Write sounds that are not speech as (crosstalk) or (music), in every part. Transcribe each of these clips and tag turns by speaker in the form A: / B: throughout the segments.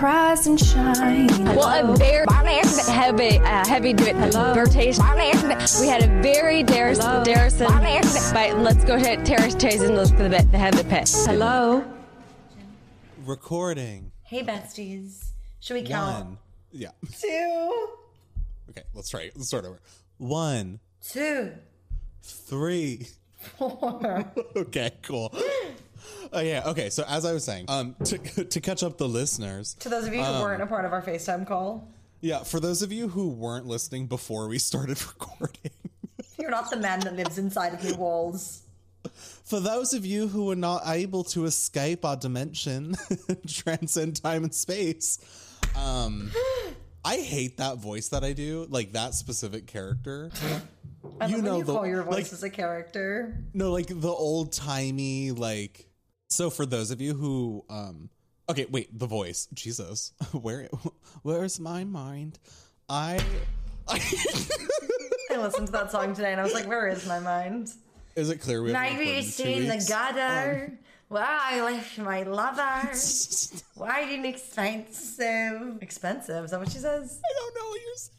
A: rise and shine.
B: Well, a very by accident heavy, uh, heavy duet flirtation. By accident, we had a very Darius, Darrison. By accident, but let's go to Terrace Chase and let's go to the, the heavy pit.
A: Hello.
C: Recording.
D: Hey, besties. Should we count?
C: One. Yeah. (laughs)
D: Two.
C: Okay, let's try it. Let's start over. One,
D: Two. (laughs)
C: three. (laughs) okay, cool. (gasps) Oh yeah. Okay. So as I was saying, um, (laughs) to to catch up the listeners,
D: To those of
C: Um.
D: you who weren't a part of our FaceTime call,
C: yeah, for those of you who weren't listening before we (laughs) started recording,
D: you're not the man that lives inside of your walls.
C: for those of you who were not able to escape our dimension, (laughs) transcend time and space, um, I hate that voice that I do, like that specific character.
D: I
C: You
D: love
C: know
D: when you
C: the-
D: call your voice
C: like-
D: as a character.
C: No, like the old timey, like. So for those of you who, um, okay, wait, the voice, Jesus, (laughs) where, where's my mind? I, (laughs)
D: I listened to that song today and I was like, where is my mind?
C: is it clear? We haven't
D: Now you
C: recorded in two
D: see the
C: (laughs) weeks? Um.
D: gutter where I left
C: (laughs)
D: my lover. Why didn't expensive? Expensive? Is that what she says?
C: I don't know what you're saying.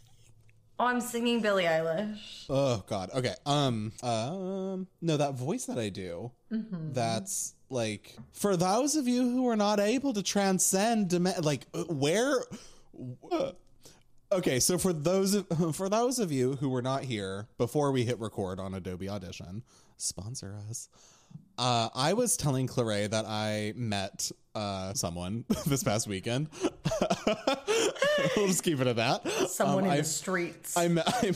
D: Oh, I'm singing Billie Eilish.
C: Oh God. Okay. Um. Um. No, that voice that I do.
D: Mm-hmm.
C: That's like for those of you who are not able to transcend. deme- Like uh, where? uh, Okay, so for those of, (laughs) for those of you who were not here before we hit record on Adobe Audition, sponsor us. Uh, I was telling Claire that I met uh, someone (laughs) this past weekend. (laughs) we'll just keep it at that.
D: Someone
C: Um,
D: in
C: I-
D: the streets.
C: I met, (laughs) I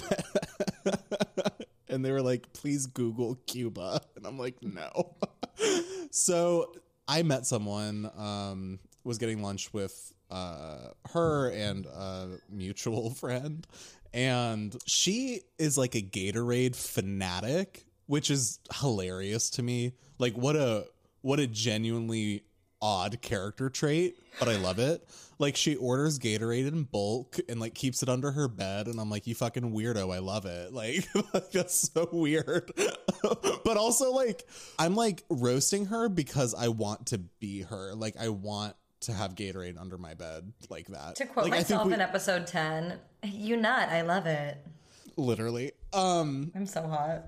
C: met- and they were like, please Google Cuba. And I'm like, no. (laughs) so I met someone, um, was getting lunch with uh, her and a mutual (laughs) friend. And she is like a Gatorade fanatic, which is hilarious to me. Like, what a what a genuinely odd character trait, but I love it. Like she orders Gatorade in bulk and like keeps it under her bed, and I'm like, you fucking weirdo, I love it. (laughs) Like, that's so weird. (laughs) but also like I'm like roasting her because I want to be her. Like I want to have Gatorade under my bed like that.
D: to quote
C: like, I think
D: myself
C: we-
D: in episode 10, you nut, I love it.
C: literally. Um
D: I'm so hot.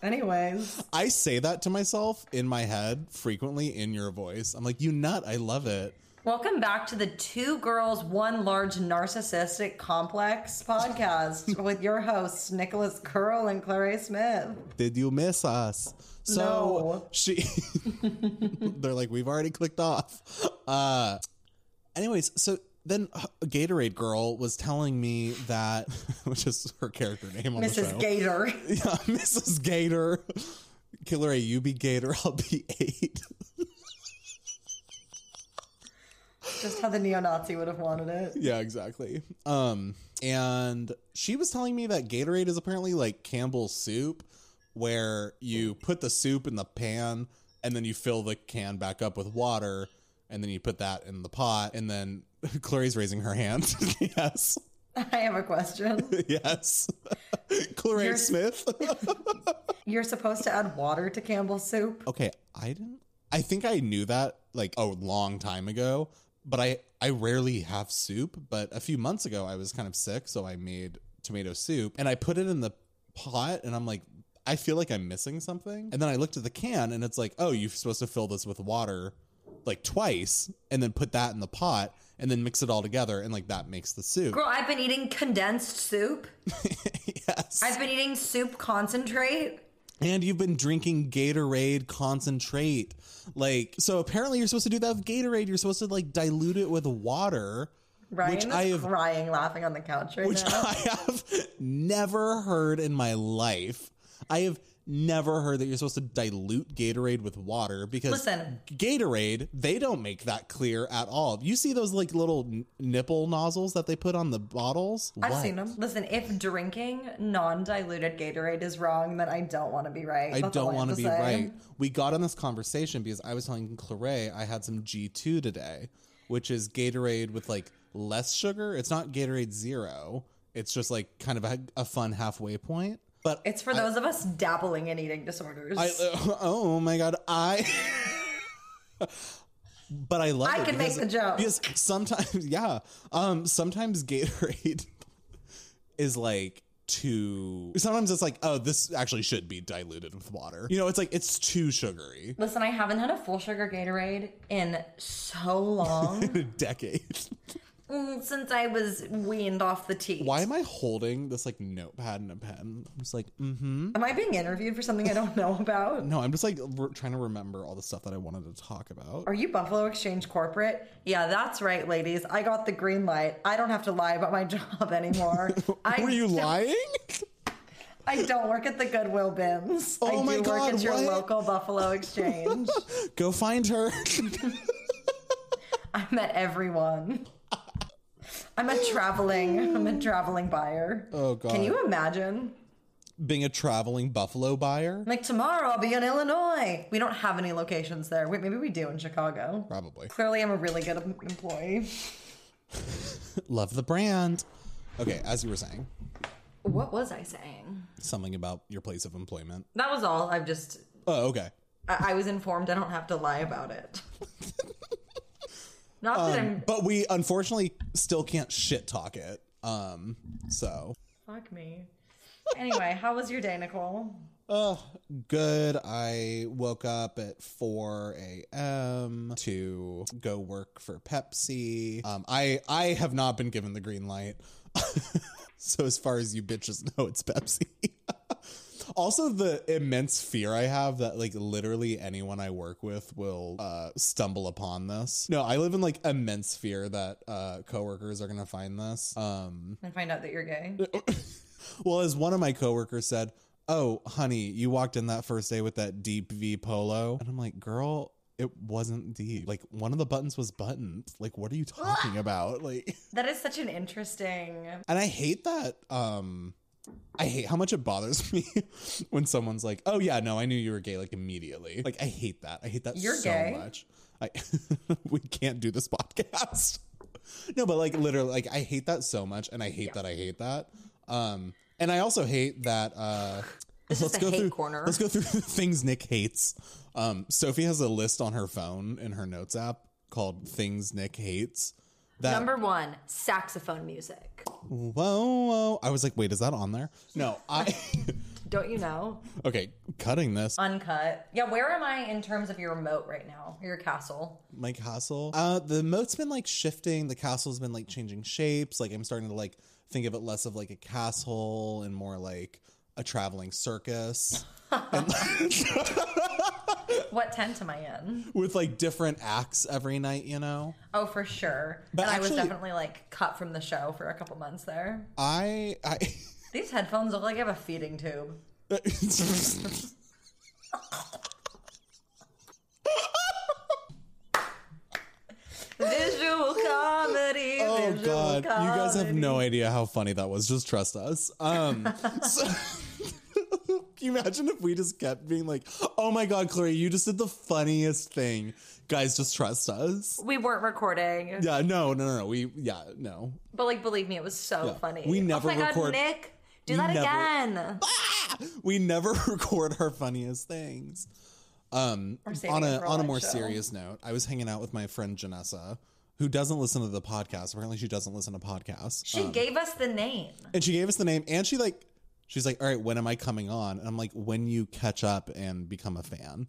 D: Anyways,
C: I say that to myself in my head frequently in your voice. I'm like, you nut, I love it.
D: welcome back to the Two Girls, One Large Narcissistic Complex (laughs) podcast with your hosts, Nicholas Curl and Claire Smith.
C: did you miss us? So
D: No.
C: she (laughs) they're like, we've already clicked off. Uh anyways, so then uh, Gatorade Girl was telling me that (laughs) which is her character name on the show.
D: Mrs.
C: (laughs)
D: Gator.
C: yeah, Mrs. Gator. Killer A, you be Gator, I'll be eight.
D: Just how the neo Nazi would have wanted it. (laughs)
C: yeah, exactly. Um, and she was telling me that Gatorade is apparently like Campbell's soup, where you put the soup in the pan and then you fill the can back up with water and then you put that in the pot and then (laughs) Chloe's raising her hand. (laughs) yes.
D: I have
C: (laughs)
D: a question.
C: Yes. Chloe
D: You're-
C: Smith.
D: You're supposed to add water to Campbell's soup.
C: okay, I didn't I think I knew that like a long time ago, but I I rarely have soup, but a few months ago I was kind of sick, so I made tomato soup and I put it in the pot and I'm like I feel like I'm missing something. And then I looked at the can and it's like, "Oh, you're supposed to fill this with water like twice and then put that in the pot and then mix it all together and like that makes the soup."
D: Girl, I've been eating condensed soup.
C: (laughs) yes.
D: I've been eating soup concentrate.
C: And you've been drinking Gatorade concentrate. Like, so apparently you're supposed to do that with Gatorade. You're supposed to like dilute it with water,
D: Ryan
C: Which
D: is
C: I have-
D: crying, laughing on the couch right
C: which
D: now.
C: I have never heard in my life. I have never heard that you're supposed to dilute Gatorade with water because
D: Listen.
C: Gatorade, they don't make that clear at all. You see those like little n- nipple nozzles that they put on the bottles?
D: I've
C: What?
D: seen them. Listen, if drinking non-diluted Gatorade is wrong, then I don't want to be right.
C: I
D: That's all
C: don't want to
D: have
C: be
D: say.
C: right. We got on this conversation because I was telling Claire I had some G2 today, which is Gatorade with like less sugar. It's not Gatorade Zero. It's just like kind of a, a fun halfway point. But
D: It's for those of us
C: uh, (laughs) oh
D: dabbling in eating disorders.
C: I, oh my god, I (laughs) but I love
D: I
C: it
D: can make
C: because-
D: the joke.
C: because sometimes (laughs) yeah um sometimes Gatorade (laughs) is like too sometimes it's like oh this actually should be diluted with water you know it's like it's too sugary (laughs)
D: Listen, I haven't had a full sugar Gatorade in so
C: (laughs)
D: long (laughs)
C: in a decade
D: Mm, since I was weaned off the tea.
C: why am I holding this like notepad and a pen I'm just like mm-hmm
D: Am I being interviewed for something I don't know about?
C: no I'm just like re- trying to remember all the stuff that I wanted to talk about
D: Are you Buffalo Exchange Corporate? Yeah, that's right, ladies. I got the green light. I don't have to lie about my (laughs)
C: (laughs)
D: job anymore. I
C: were you
D: don't-
C: lying (laughs)
D: I don't work at the Goodwill bins. I
C: Oh
D: do
C: my
D: work
C: God,
D: at your
C: what?
D: local Buffalo Exchange.
C: go find her (laughs)
D: I met everyone. I'm a traveling. I'm a traveling buyer.
C: oh god
D: Can you imagine?
C: being a traveling buffalo buyer
D: Like tomorrow, I'll be in Illinois. We don't have any locations there. Wait, maybe we do in Chicago.
C: probably
D: Clearly, I'm a really good em- employee.
C: love the brand okay as you were saying
D: What was I saying?
C: something about your place of employment
D: That was all. I've just
C: oh okay
D: I, I was informed. I don't have to lie
C: (laughs)
D: about it. Not that I'm.
C: but we unfortunately still can't shit talk it um so
D: Fuck me. Anyway, how was your day, Nicole?
C: uh good i woke up at 4 a.m to go work for pepsi um i i have not been given the green light (laughs) so as far as you bitches know it's pepsi (laughs) also the immense fear i have that like literally anyone i work with will uh stumble upon this no i live in like immense fear that uh coworkers are gonna find this um
D: And find out that you're gay.
C: Uh, oh. well, as one of my coworkers said, "Oh, honey, you walked in that first day with that deep V polo," and I'm like, "Girl, it wasn't deep. Like one of the buttons was buttoned. Like, what are you talking about? Like,
D: That is such an interesting.
C: and I hate that. Um, I hate how much it bothers (laughs) me when someone's like, "Oh yeah, no, I knew you were gay like immediately." Like, I hate that. I hate that
D: You're
C: so
D: gay.
C: much. I (laughs) we can't do this podcast. (laughs) No, but like literally, like I hate that so much, and I hate that I hate that. Um, and I also hate that. Uh,
D: This is the hate
C: through
D: corner.
C: Let's go through (laughs) the things Nick hates. Um, Sophie has a list on her phone in her notes app called "Things Nick Hates." That
E: Number one, saxophone music.
C: whoa, whoa! I was like, wait, is that on there? No, I.
E: Don't you know?
C: okay, cutting this.
D: Uncut. Yeah, where am I in terms of your remote right now? Your castle?
C: my castle. Uh, the moat's been like shifting. The castle's been like changing shapes. Like I'm starting to like think of it less of like a castle and more like a traveling circus
D: What tent am I in?
C: with like different acts every night. You know,
D: Oh, for sure.
C: But
D: and I was
C: actually-
D: definitely like cut from the show for a couple months there.
C: I I. (laughs)
D: These headphones look like I have a feeding tube. Visual comedy.
C: (laughs) Oh
D: visual
C: god, you guys have
D: comedy.
C: no idea how funny that was. Just trust us.
D: (laughs)
C: Um so- (laughs) Can you imagine if we just kept being like, "Oh my god, Chloe, you just did the funniest thing." Guys, just trust us.
D: We weren't recording,
C: Yeah, no, no, no, no. We yeah, no.
D: but like, believe me, it was so funny.
C: We never
D: oh my
C: record-
D: God, Nick, do
C: We
D: that
C: never- Uh.
D: again.
C: We never (laughs) record our funniest things. Um
D: saving
C: on
D: it
C: a
D: for a
C: on a
D: live
C: more
D: show.
C: serious note, I was hanging out with my friend Janessa who doesn't listen to the podcast. Apparently she doesn't listen to podcasts.
D: She gave us the name.
C: And she gave us the name and she like she's like, "All right, when am I coming on?" And I'm like, "When you catch up and become a fan."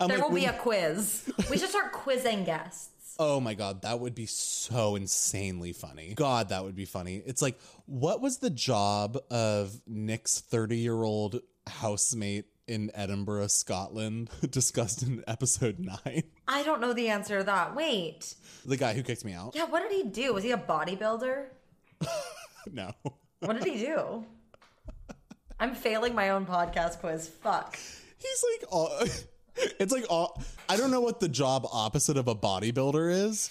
C: I'm
D: There
C: like,
D: will be
C: "When-
D: a quiz. We should start quizzing guests.
C: Oh my god, that would be so insanely funny. God, that would be funny. It's like, what was the job of Nick's 30-year-old housemate in Edinburgh, Scotland, (laughs) discussed in episode 9?
D: I don't know the answer to that. Wait,
C: The guy who kicked me out?
D: yeah, what did he do? Was he a bodybuilder?
C: No. (laughs)
D: What did he (laughs) do? I'm failing my own podcast quiz. Fuck.
C: He's like all (laughs) It's like all I don't know what the job opposite of a bodybuilder is,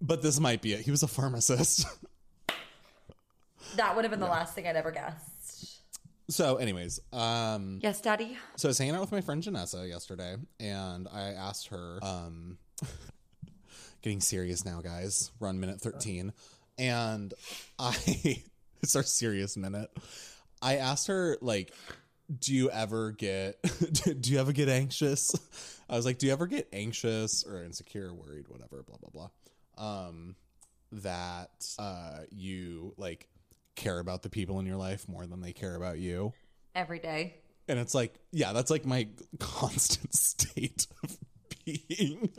C: but this might be it. He was a pharmacist. (laughs)
D: That would have been the last thing I'd ever guessed.
C: so anyways, um
D: Yes, Daddy.
C: So I was hanging out with my friend Janessa yesterday, and I asked her, um, (laughs) getting serious now, guys. We're on minute 13. (laughs) And I, it's our serious minute. I asked her, like, do you ever get (laughs) do, do you ever get anxious? (laughs) I was like, do you ever get anxious or insecure, worried, whatever, blah blah blah. Um that uh you like care about the people in your life more than they care about you.
D: Every day.
C: And it's like, yeah, that's like my (laughs) constant state of being.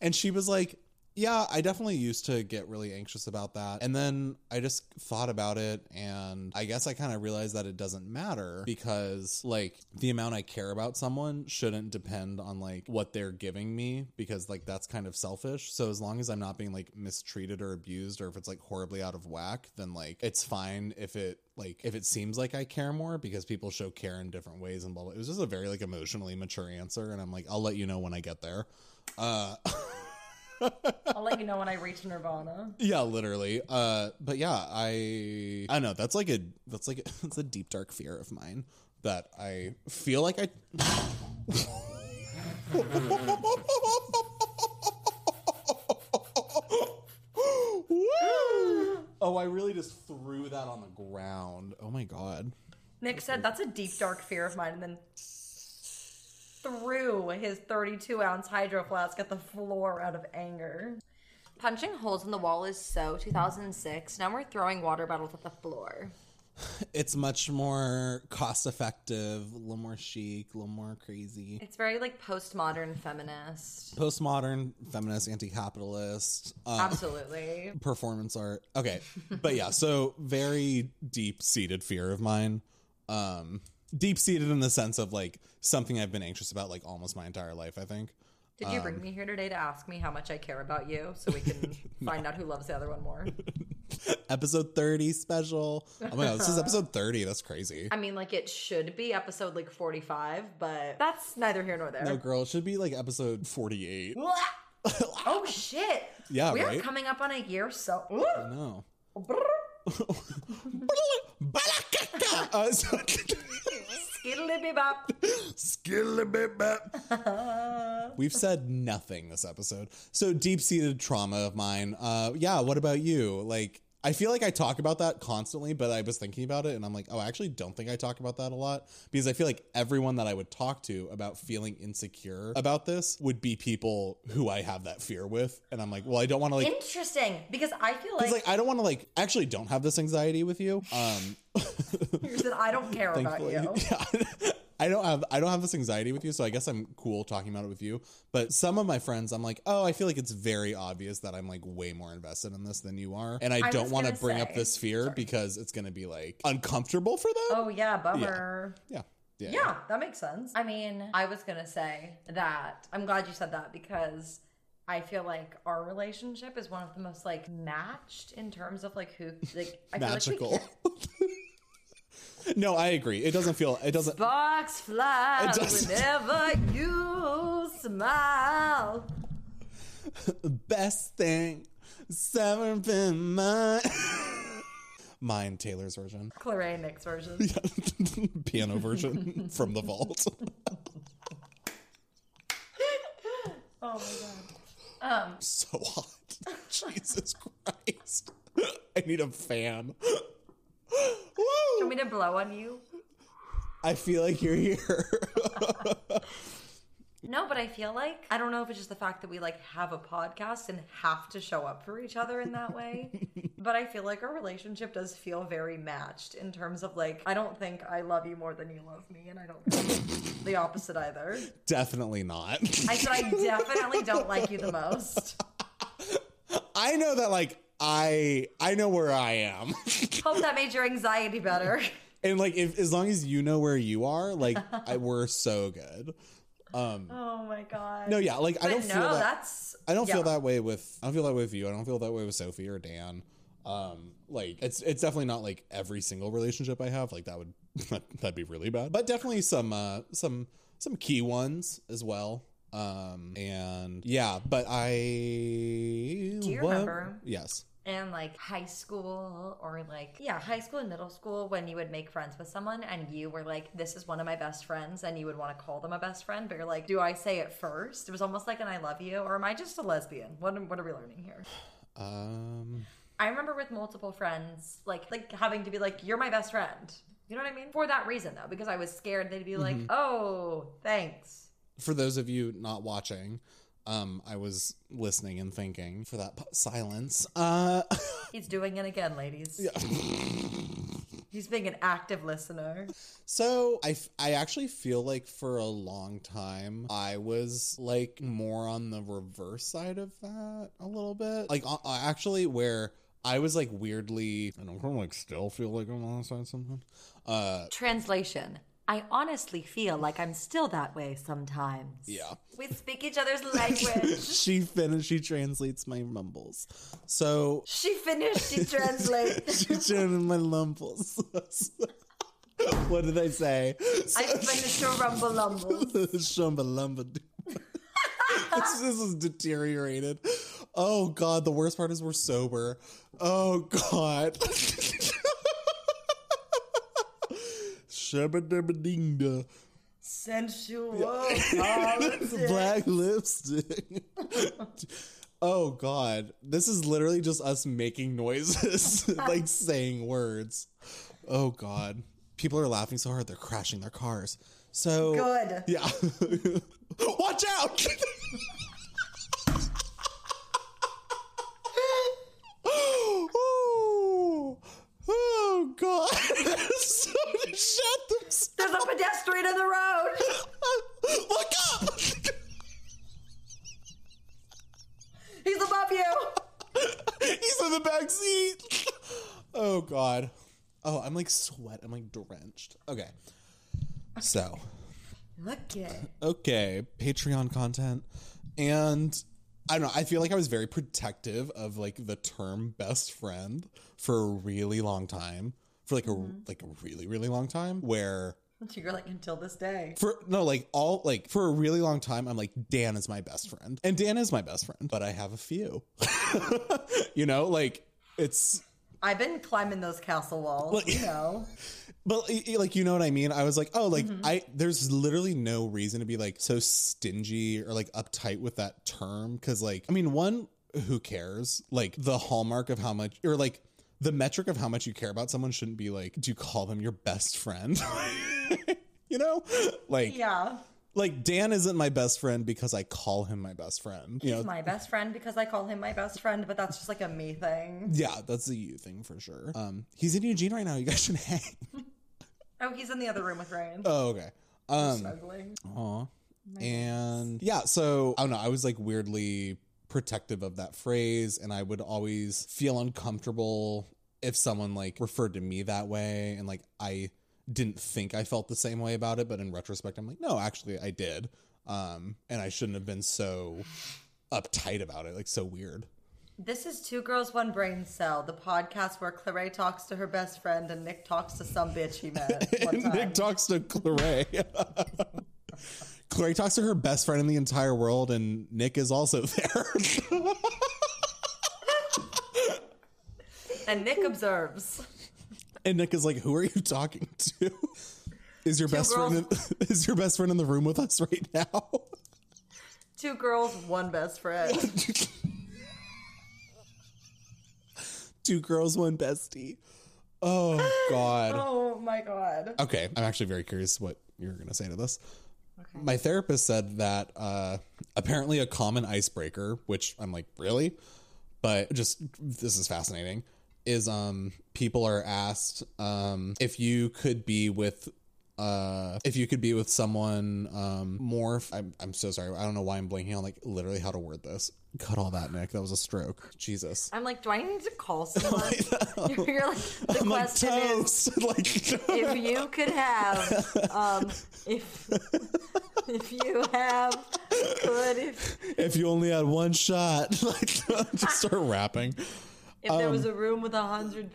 C: and she was like, yeah, I definitely used to get really anxious about that. And then I just thought about it. And I guess I kind of realized that it doesn't matter because, like, the amount I care about someone shouldn't depend on, like, what they're giving me because, like, that's kind of selfish. So as long as I'm not being, like, mistreated or abused or if it's, like, horribly out of whack, then, like, it's fine if it, like, if it seems like I care more because people show care in different ways and blah, blah. It was just a very, like, emotionally mature answer. And I'm like, I'll let you know when I get there. Uh, (laughs)
F: I'll let you know when I reach Nirvana.
C: Yeah, literally. Uh, but yeah, I I know that's like a that's like (laughs) a, it's a deep dark fear of mine that I feel like I. (laughs) Woo! Oh, I really just threw that on the ground. Oh my god.
F: Nick said that's a deep, dark fear of mine, and then threw his 32 ounce hydro flask at the floor out of anger.
D: Punching holes in the wall is so 2006. Now we're throwing water bottles at the floor.
C: It's much more cost effective, a little more chic, a little more crazy.
D: It's very like postmodern feminist.
C: Postmodern, feminist, uh, anti capitalist.
D: Absolutely.
C: performance art. Okay. But yeah, so very deep seated fear of mine. Um deep seated in the sense of like something I've been anxious about like almost my entire life, I think.
D: Did you bring me here today to ask me how much I care about you so we (laughs) can find out who loves the other one more?
C: Episode 30 special. Oh my god, this is episode 30. That's crazy.
D: I mean, like it should be episode like 45, but that's neither here nor there.
C: No girl, it should be like episode 48.
F: Blah! oh shit!
C: Yeah,
F: we are
C: right?
F: coming up on a year so.
C: (laughs) No.
F: Brr.
C: Balakaka! Uh, so- (laughs)
D: Skiddly-bee-bop.
C: We've said nothing this episode. So deep seated trauma of mine. Uh, yeah. What about you? Like, I feel like I talk about that constantly, but I was thinking about it and I'm like, oh, I actually don't think I talk about that a lot because I feel like everyone that I would talk to about feeling insecure about this would be people who I have that fear with. And I'm like, well, I don't want to like
F: Interesting, because I feel like,
C: it's like I don't want to like actually don't have this anxiety with you. Um
F: you said
C: (laughs)
F: I don't care about
C: thankfully.
F: you.
C: Yeah. I don't have I don't have this anxiety with you, so I guess I'm cool talking about it with you. But some of my friends, I'm like, oh, I feel like it's very obvious that I'm like way more invested in this than you are, and I,
F: was
C: don't want to
F: gonna
C: bring up
F: say-
C: this fear because it's going to be like uncomfortable for them. (laughs)
F: Oh yeah, bummer.
C: Yeah. yeah,
F: Yeah, that makes sense.
D: I mean, I was gonna say that I'm glad you said that because
F: I feel like our relationship is one of the most like matched in terms of like who like I feel
C: magical.
F: Like we
C: (laughs) no, I agree. It doesn't feel. It
F: (laughs)
C: doesn't.
D: box flies
C: It does-
D: whenever you smile.
C: Best thing that's ever been mine. (laughs) mine Taylor's version.
F: Claire Nick's version.
C: (laughs) piano version from the vault.
F: Oh my god.
C: so hot. (laughs) Jesus Christ. I need a fan.
D: Want
C: Woo!
D: me to blow on you?
C: I feel like you're here. (laughs)
D: No, but I feel like I don't know if it's just the fact that we like have a podcast and have to show up for each other in that way.
C: (laughs)
F: But I feel like our relationship does feel very matched in terms of like I don't think I love you more than you love me, and I don't
C: (laughs)
F: think the opposite either.
C: Definitely not.
F: I said I definitely don't like you the most.
C: I know that like I I know where I am. (laughs)
D: Hope that made your anxiety better.
C: and like if as long as you know where you are, like I, we're so good.
F: Oh my god.
C: No, yeah, like I don't
D: But
C: feel
D: no,
C: that
D: that's
C: I don't
D: yeah.
C: feel that way with I don't feel that way with you. I don't feel that way with Sophie or Dan. Um, like it's it's definitely not like every single relationship I have. Like that would (laughs) that'd be really bad. But definitely some uh some some key ones as well. Um and yeah, but I Do
D: you remember?
C: Yes.
D: in like high school or like yeah high school and middle school when you would make friends with someone and you were like this is one of my best friends and you would want to call them a best friend but you're like do i say it first it was almost like an i love you or am i just a lesbian what, am- what are we learning here
C: Um
D: i remember with multiple friends like like having to be like you're my best friend You know what I mean? For that reason, though, because I was scared they'd be like, oh, thanks.
C: for those of you not watching, um, I was listening and thinking for that p- silence. Uh, (laughs)
D: He's doing it again, ladies. He's being an active listener.
C: so I, f- I actually feel like for a long time I was like more on the reverse side of that a little bit. Like uh, uh, actually where I was like weirdly, I don't know, like still feel like I'm on that side sometimes. Uh,
D: Translation I honestly feel like I'm still that way sometimes.
C: yeah.
D: We speak each other's
C: (laughs)
D: language.
C: She finished. She translates my mumbles. So (laughs)
D: she finished, she translates.
C: she translated my lumbles. (laughs) what did I say?
D: I finished her
C: (laughs)
D: rumble lumble.
C: Shumba lumba. doo. (laughs) this, this is deteriorated. Oh god, the worst part is we're sober. Oh god. (laughs) Shubba dubba ding da.
F: Sensual.
D: Oh,
C: Black lipstick. (laughs) oh god. This is literally just us making noises, (laughs) like saying words. Oh god. People are laughing so hard they're crashing their cars. So
F: Good.
C: yeah. (laughs) Watch out! (laughs) oh, oh, God. (laughs) Somebody shot themselves.
D: There's a pedestrian in the road.
C: Look up! (laughs)
D: He's above you.
C: He's in the back seat. Oh, God. Oh, I'm like sweat. I'm like drenched. Okay. So.
D: Look it.
C: okay, Patreon content. And I don't know, I feel like I was very protective of like the term best friend for a really long time. For like a like a really, really long time. Where
F: You're like until this day.
C: for no, like all like for a really long time, I'm like, Dan is my best friend. And Dan is my best friend, but I have a few. (laughs) you know, like it's
F: I've been climbing those castle walls.
C: Look- (laughs)
F: you know, Mm-hmm.
C: But y- y- like you know what I mean? I was like, oh, like I there's literally no reason to be like so stingy or like uptight with that term cuz like I mean, one who cares? Like the hallmark of how much or like the metric of how much you care about someone shouldn't be like do you call them your best friend? (laughs) you know? Like
F: yeah.
C: like Dan isn't my best friend because I call him my best friend. You know?
F: My best friend because I call him my best friend, but that's just like a me thing.
C: yeah, that's a you thing for sure. Um he's in Eugene right now. You guys should (laughs) hang.
F: Oh, he's in the other room with Ryan.
C: oh, okay. Um
F: Ugly.
C: Aw. And yeah, so I don't know. I was like weirdly protective of that phrase, and I would always feel uncomfortable if someone like referred to me that way. And like, I didn't think I felt the same way about it, but in retrospect, I'm like, no, actually, I did. Um, and I shouldn't have been so uptight about it, like, so weird.
F: This is Two Girls, One Brain Cell, the podcast where Claire talks to her best friend and Nick talks to some bitch he met.
C: (laughs)
F: One
C: And
F: time.
C: Nick talks to (laughs) Claire. Claire talks to her best friend in the entire world, and Nick is also (laughs) there.
D: And Nick observes.
C: And Nick is like, "Who are you talking to? (laughs) Is your best friend in, (laughs) is your best friend in the room with us right now?" (laughs)
D: Two girls, one best (laughs) friend.
C: Two girls, one bestie. Oh God.
F: Oh my god.
C: Okay, I'm actually very curious what you're gonna say to this. My therapist said that uh, apparently a common icebreaker, which I'm like, really, but just this is fascinating. Is um people are asked um if you could be with uh if you could be with someone um more f- I'm, I'm so sorry I don't know why I'm blanking on like literally how to word this cut all that Nick that was a stroke Jesus
D: I'm like, do I need to
C: (laughs)
D: call someone? (laughs) You're like, the
C: I'm like
D: question is
C: toast (laughs) like
D: if you could have,
C: (laughs)
D: um, if if you have, could if
C: if you only had one shot, (laughs) like just start rapping.
D: if there was
C: Um,
D: a room with a hundred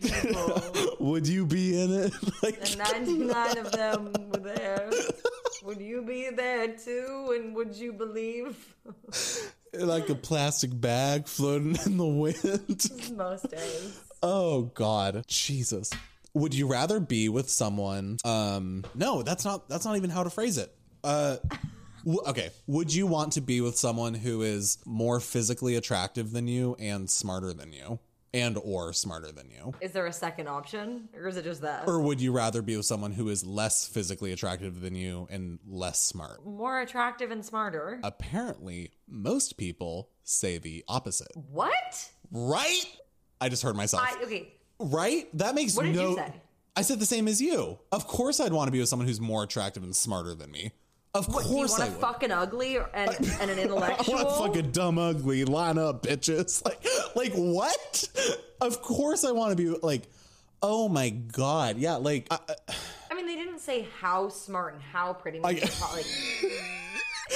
C: (laughs)
D: people
C: Would you be in it? (laughs) Like,
D: and ninety nine of them were there, would you be there too? And would you believe?
C: like a plastic bag floating in the wind. (laughs)
D: Most days,
C: oh God, Jesus! Would you rather be with someone? Um, no, that's not. That's not even how to phrase it. Uh, w- okay. Would you want to be with someone who is more physically attractive than you and smarter than you? and or smarter than you?
D: Is there a second option, or is it just that?
C: Or would you rather be with someone who is less physically attractive than you and less smart?
D: More attractive and smarter.
C: Uh, Apparently, most people say the opposite.
D: what?
C: Right? I just heard myself.
D: I, okay.
C: right? That makes
D: What did
C: no
D: you say?
C: I said the same as you. Of course I'd want to be with someone who's more attractive and smarter than me. Of
D: What, do you
C: course
D: want
C: I
D: a
C: would.
D: fucking ugly or, and, and
C: (laughs)
D: an
C: I
D: intellectual?
C: want fucking dumb, ugly line up, bitches. (laughs) Like, like what? Of course, I want to be like, oh my god, yeah. Like, I,
D: I mean, they didn't say how smart and how pretty. Maybe
C: (laughs)
D: they thought, like,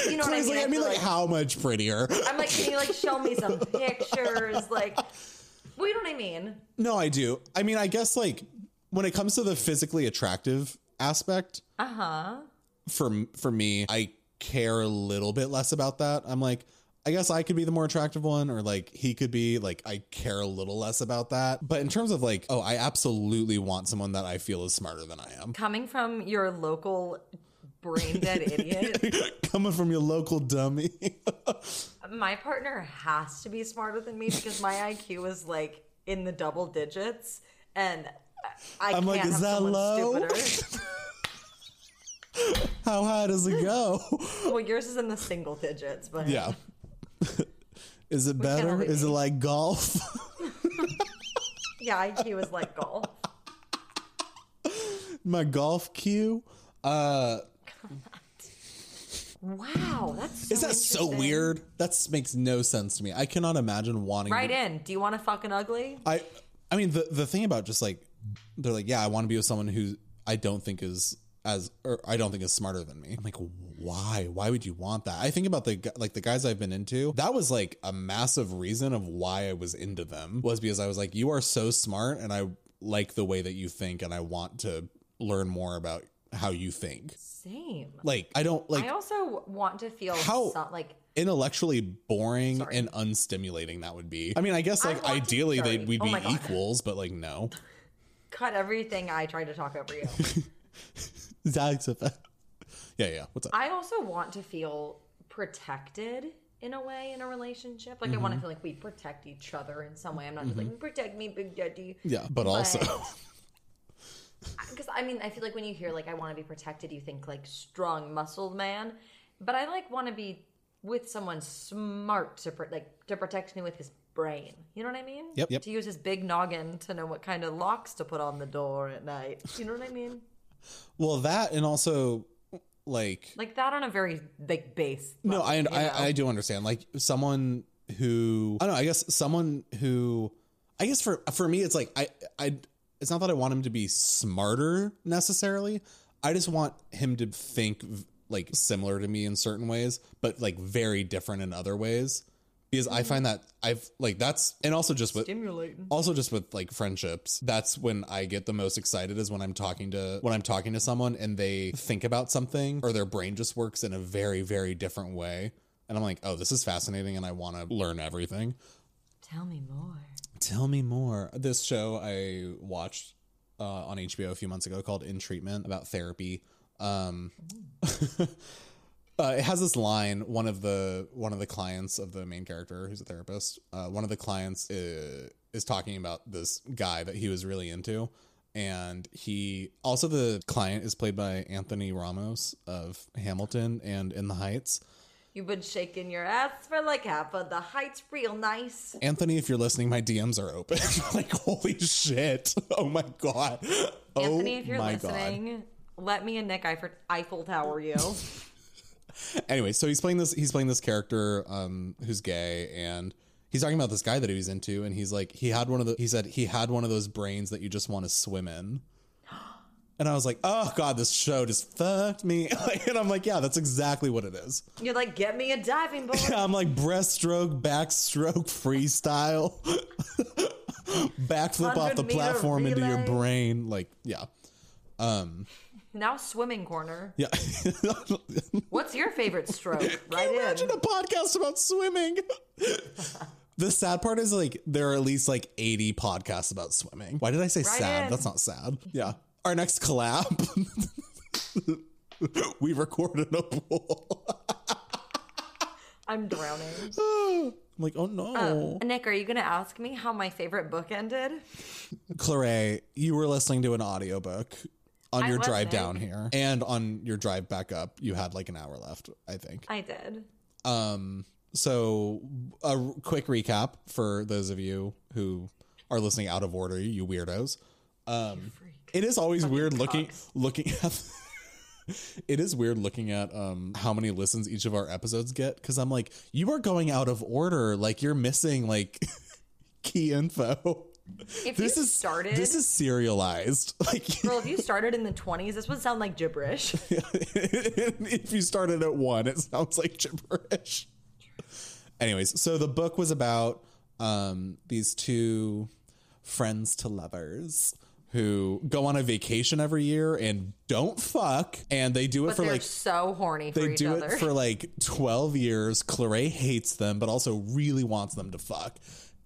D: you know
C: I,
D: what I mean?
C: like, I
D: I
C: mean,
D: feel
C: like, how much prettier?
D: I'm like, can you like show
C: (laughs)
D: me some pictures? Like, well, you know what I mean?
C: No, I do. I mean, I guess like when it comes to the physically attractive aspect,
D: Uh huh.
C: for for me, I care a little bit less about that. I'm like, I guess I could be the more attractive one, or like he could be. Like, I care a little less about that. But in terms of like, oh, I absolutely want someone that I feel is smarter than I am. (laughs)
D: Coming from your local brain dead idiot,
C: Coming from your local dummy. (laughs)
D: my partner has to be smarter than me because my IQ is like in the double digits, and I I
C: I'm
D: can't
C: like,
D: have
C: is that
D: someone
C: low? (laughs)
D: stupider.
C: How high does it go? (laughs)
D: Well, yours is in the single digits, but
C: yeah. (laughs) Is it
D: can't
C: better?
D: all be
C: Is it
D: me.
C: like golf? (laughs)
D: yeah, IQ is like golf.
C: My golf cue? Uh,
D: Wow, that's so
C: is that so
D: interesting.
C: weird? That makes no sense to me. I cannot imagine wanting
D: Right
C: to,
D: in. Do you want a fucking ugly?
C: I I mean the the thing about just like they're like, yeah, I want to be with someone who I don't think is as or I don't think is smarter than me. I'm like, why? Why would you want that? I think about the gu- like the guys I've been into. That was like a massive reason of why I was into them was because I was like, you are so smart and I like the way that you think and I want to learn more about how you think.
D: Same.
C: Like I don't like
D: I also want to feel
C: How-
D: some- like
C: intellectually boring and unstimulating that would be. I mean, I guess like
D: want to be
C: ideally they
D: dirty.
C: we'd
D: Oh
C: be
D: my God.
C: equals, but like
D: (laughs)
C: no.
D: cut everything I tried to
C: (laughs)
D: talk over you.
C: Zag's a fa- Yeah, yeah. What's up?
D: I also want to feel protected in a way in a relationship. Like I
C: Mm-hmm.
D: want to feel like we protect each other in some way. I'm not just like protect me, big daddy.
C: yeah, but also,
D: Because I mean, I feel like when you hear like I want to be protected, you think like strong, muscled man. But I like want to be with someone smart to pro- like to protect me with his brain. You know what I mean?
C: Yep, yep.
D: To use his big noggin to know what kind of locks to put on the door at night. You know what I mean?
C: (laughs) well, that and also like
D: Like that on a very like base.
C: no,
D: level,
C: I,
D: you know?
C: I I do understand. Like someone who I don't know. I guess someone who I guess for for me it's like I I it's not that I want him to be smarter necessarily. I just want him to think v- like similar to me in certain ways, but like very different in other ways. Because I find
D: Mm.
C: that I've like that's and also just with
D: stimulating.
C: also just with like friendships that's when i get the most excited is when i'm talking to when i'm talking to someone and they think about something or their brain just works in a very very different way and i'm like oh this is fascinating and i want to learn everything
D: Tell me more.
C: tell me more this show i watched uh, on hbo a few months ago called in treatment about therapy um (laughs) uh, it has this line one of the one of the clients of the main character who's a therapist uh, one of the clients is, is talking about this guy that he was really into and he also the client is played by anthony ramos of hamilton and in the heights
D: You've been shaking your ass for like half of the heights real nice.
C: anthony if you're listening my dms are open (laughs) like holy shit oh my god
D: Anthony,
C: oh
D: if you're
C: my god
D: listening, let me and Nick Eiffel, Eiffel
C: (laughs)
D: Tower you.
C: anyway, so he's playing this he's playing this character um who's gay and he's talking about this guy that he was into and he's like he had one of the he said he had one of those brains that you just want to swim in. (gasps) And I was like, "Oh god, this show just fucked me." (laughs) and I'm like, "Yeah, that's exactly what it is."
D: you're like, get me a diving board.
C: (laughs) I'm like breaststroke, backstroke, (laughs) freestyle. (laughs) Backflip off the
D: 100 meter
C: platform into your
D: relay.
C: brain like, yeah.
D: Now swimming corner.
C: Yeah. (laughs)
D: What's your favorite stroke? right
C: imagine
D: in.
C: a podcast about swimming. (laughs) the sad part is like there are at least like 80 podcasts about swimming. Why did I say sad?
D: in.
C: That's not sad. Yeah. Our next collab. (laughs) we recorded a pool.
D: I'm drowning.
C: (laughs) I'm like, oh no.
D: Nick, are you going to ask me how my favorite book ended?
C: Claret, you were listening to an audiobook on your drive
D: wasn't.
C: down here and on your drive back up. You had like an hour left, I think.
D: I did.
C: Um, so a r- quick recap for those of you who are listening out of order, you weirdos. Um, it is always weird looking looking at. (laughs) it is weird looking at um how many listens each of our episodes get because I'm like, you are going out of order. Like you're missing like (laughs) key info.
D: If
C: This
D: you
C: is
D: started,
C: This is serialized. (laughs) Like
D: girl, if you started in the 20s, this would sound
C: (laughs)
D: like gibberish.
C: if you started at one, it sounds like gibberish. Anyways, so the book was about um, these two friends to lovers who go on a vacation every year and don't fuck, and they do it
D: But
C: for
D: they're
C: like
D: so horny for
C: they
D: each
C: do
D: other.
C: it for like 12 years claret hates them but also really wants them to fuck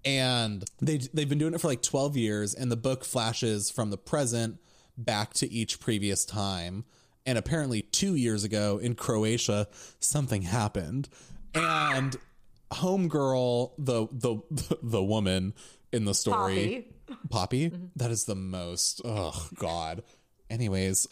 C: and they they've been doing it for like 12 years and the book flashes from the present back to each previous time and apparently 2 years ago in Croatia something happened and homegirl the the (laughs) the woman in the story poppy, That is the most oh god anyways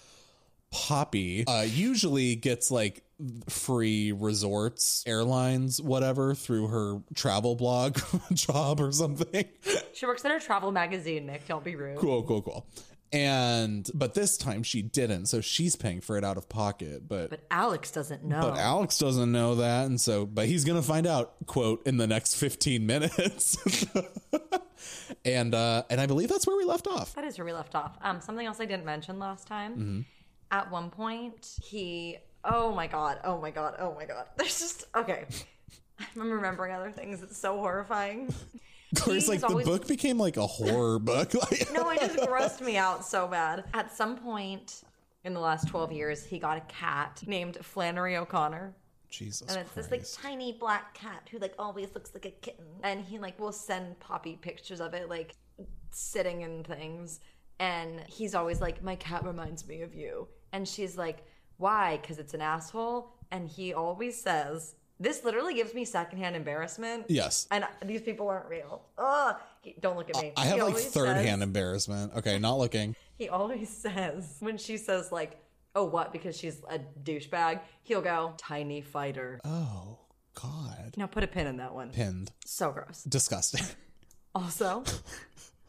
C: Poppy uh, usually gets like free resorts, airlines, whatever, through her travel blog (laughs) job or something. (laughs)
D: she works at a travel magazine, Nick. Don't be rude.
C: cool, cool, cool. And but this time she didn't, so she's paying for it out of pocket. But
D: But Alex doesn't know.
C: but Alex doesn't know that, and so but he's gonna find out. Quote in the next fifteen minutes. (laughs) and uh, and I believe that's where we left off.
D: That is where we left off. Um, something else I didn't mention last time.
C: Mm-hmm.
D: At one point, he. Oh my god! Oh my god! Oh my god! (laughs) There's just okay. I'm remembering other things. It's so horrifying.
C: Claire's like
D: he's
C: the
D: always-
C: book became like a horror book. (laughs) Like,
D: No, it just grossed me out so bad. At some point in the last 12 years, he got a cat named Flannery O'Connor.
C: Jesus
D: And it's
C: Christ.
D: this like tiny black cat who like always looks like a kitten. And he like will send Poppy pictures of it, like sitting in things. And he's always like, My cat reminds me of you. And she's like, Why? Because it's an asshole. And he always says, This literally gives me secondhand embarrassment.
C: yes.
D: And these people aren't real. Ugh. He- Don't look at me.
C: I have
D: He
C: like
D: always
C: third
D: says-
C: hand embarrassment. Okay, not looking.
D: he always (laughs) says when she says like oh what because she's a douchebag he'll go tiny fighter
C: Oh God.
D: now put a pin in that one
C: Pinned.
D: so gross
C: Disgusting. (laughs)
D: also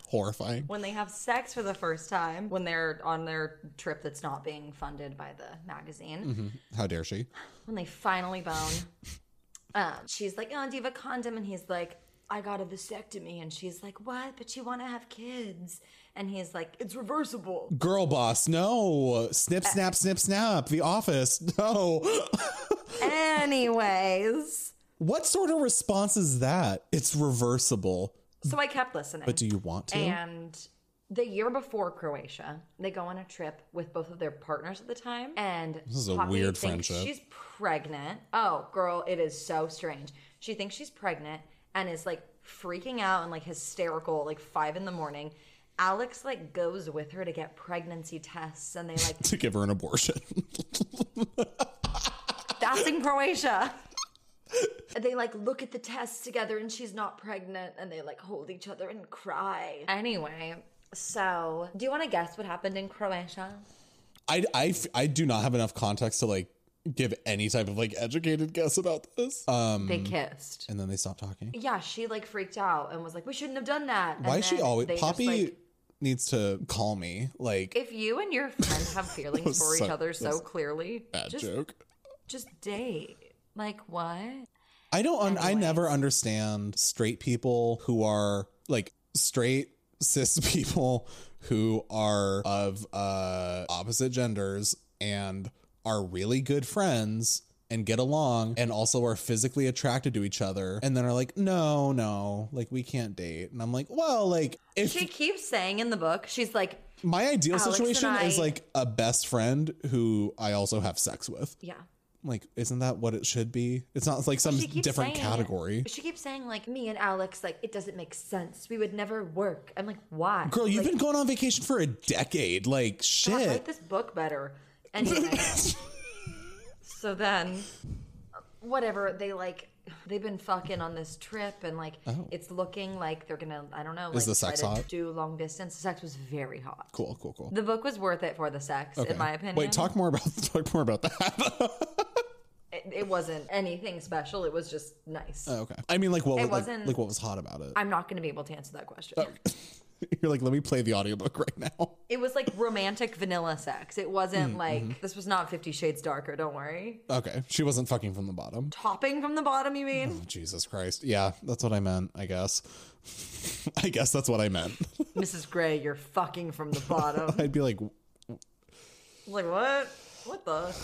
C: Horrifying.
D: when they have sex for the first time when they're on their trip that's not being funded by the magazine
C: How dare she?
D: when they finally bone um, she's like oh do you have a condom and he's like i got a vasectomy and she's like what but you want to have kids and he's like it's reversible
C: (laughs) Girl boss, no. Snip,
D: Uh,
C: snap, snip, snap. The office, (laughs) no.
D: anyways
C: What sort of response is that? It's reversible.
D: so i kept listening
C: But do you want to?
D: And the year before Croatia, they go on a trip with both of their partners at the time. And this
C: is a weird friendship.
D: She's pregnant. Oh, girl, it is so strange. She thinks she's pregnant and is like freaking out and like hysterical, like five in the morning. Alex like goes with her to get pregnancy tests, and they like
C: (laughs) to give her an abortion. (laughs)
D: that's in
C: (laughs)
D: Croatia. they like look at the tests together and she's not pregnant and they like hold each other and cry. Anyway, so do you want to guess what happened in Croatia?
C: I, I, f- I do not have enough context to like give any type of like educated guess about this. Um,
D: They kissed.
C: and then they stop talking.
D: Yeah, she like freaked out and was like, we shouldn't have done that. And
C: Why is she
D: then
C: always
D: they just,
C: Poppy
D: like-
C: needs to call me? Like
D: if you and your friend
C: (laughs)
D: have feelings
C: was
D: for each
C: so-
D: other
C: that
D: so
C: was
D: clearly,
C: bad
D: just,
C: joke.
D: just date. Like
C: (laughs)
D: what?
C: I don't. Un- I never understand straight people who are like straight cis (laughs) people who are of uh, opposite genders and are really good friends and get along and also are physically attracted to each other and then are like no no like we can't date and i'm like well like if
D: She keeps saying in the book, she's like,
C: my ideal
D: Alex and
C: situation is
D: I-
C: like a best friend who i also have sex with
D: yeah,
C: like isn't that what it should be it's not like some
D: She keeps
C: different
D: saying it.
C: category
D: She keeps saying like me and Alex like it doesn't make sense. We would never work. I'm like, why?
C: Girl, you've
D: like,
C: been going on vacation for a decade. Like
D: God,
C: shit.
D: Write this book better.
C: (laughs)
D: Anyway, so then, whatever they like they've been fucking on this trip and like
C: Oh.
D: it's looking like they're gonna I don't know
C: Is
D: like,
C: the sex
D: try to
C: hot?
D: do long distance. The sex was very hot.
C: Cool, cool, cool.
D: The book was worth it for the sex,
C: Okay.
D: in my opinion.
C: Wait, talk more about (laughs) talk more about that. (laughs)
D: It, it wasn't anything special. It was just nice.
C: okay. I mean, like what? Like,
D: wasn't-
C: like what was hot about it?
D: I'm not going to be able to answer that question.
C: (laughs) Uh, You're like, let me play the audiobook (laughs) right now.
D: It was like romantic vanilla sex. It wasn't
C: Mm,
D: like
C: mm-hmm.
D: this was not Fifty Shades Darker. Don't worry.
C: Okay, she wasn't fucking from the bottom.
D: Topping from the bottom, you mean?
C: Jesus Christ. Yeah, that's what I meant. I guess. (laughs) I guess that's what I meant. (laughs)
D: Mrs. Gray, you're fucking from the bottom.
C: I'd be like,
D: like what? What
C: (sighs)
D: the?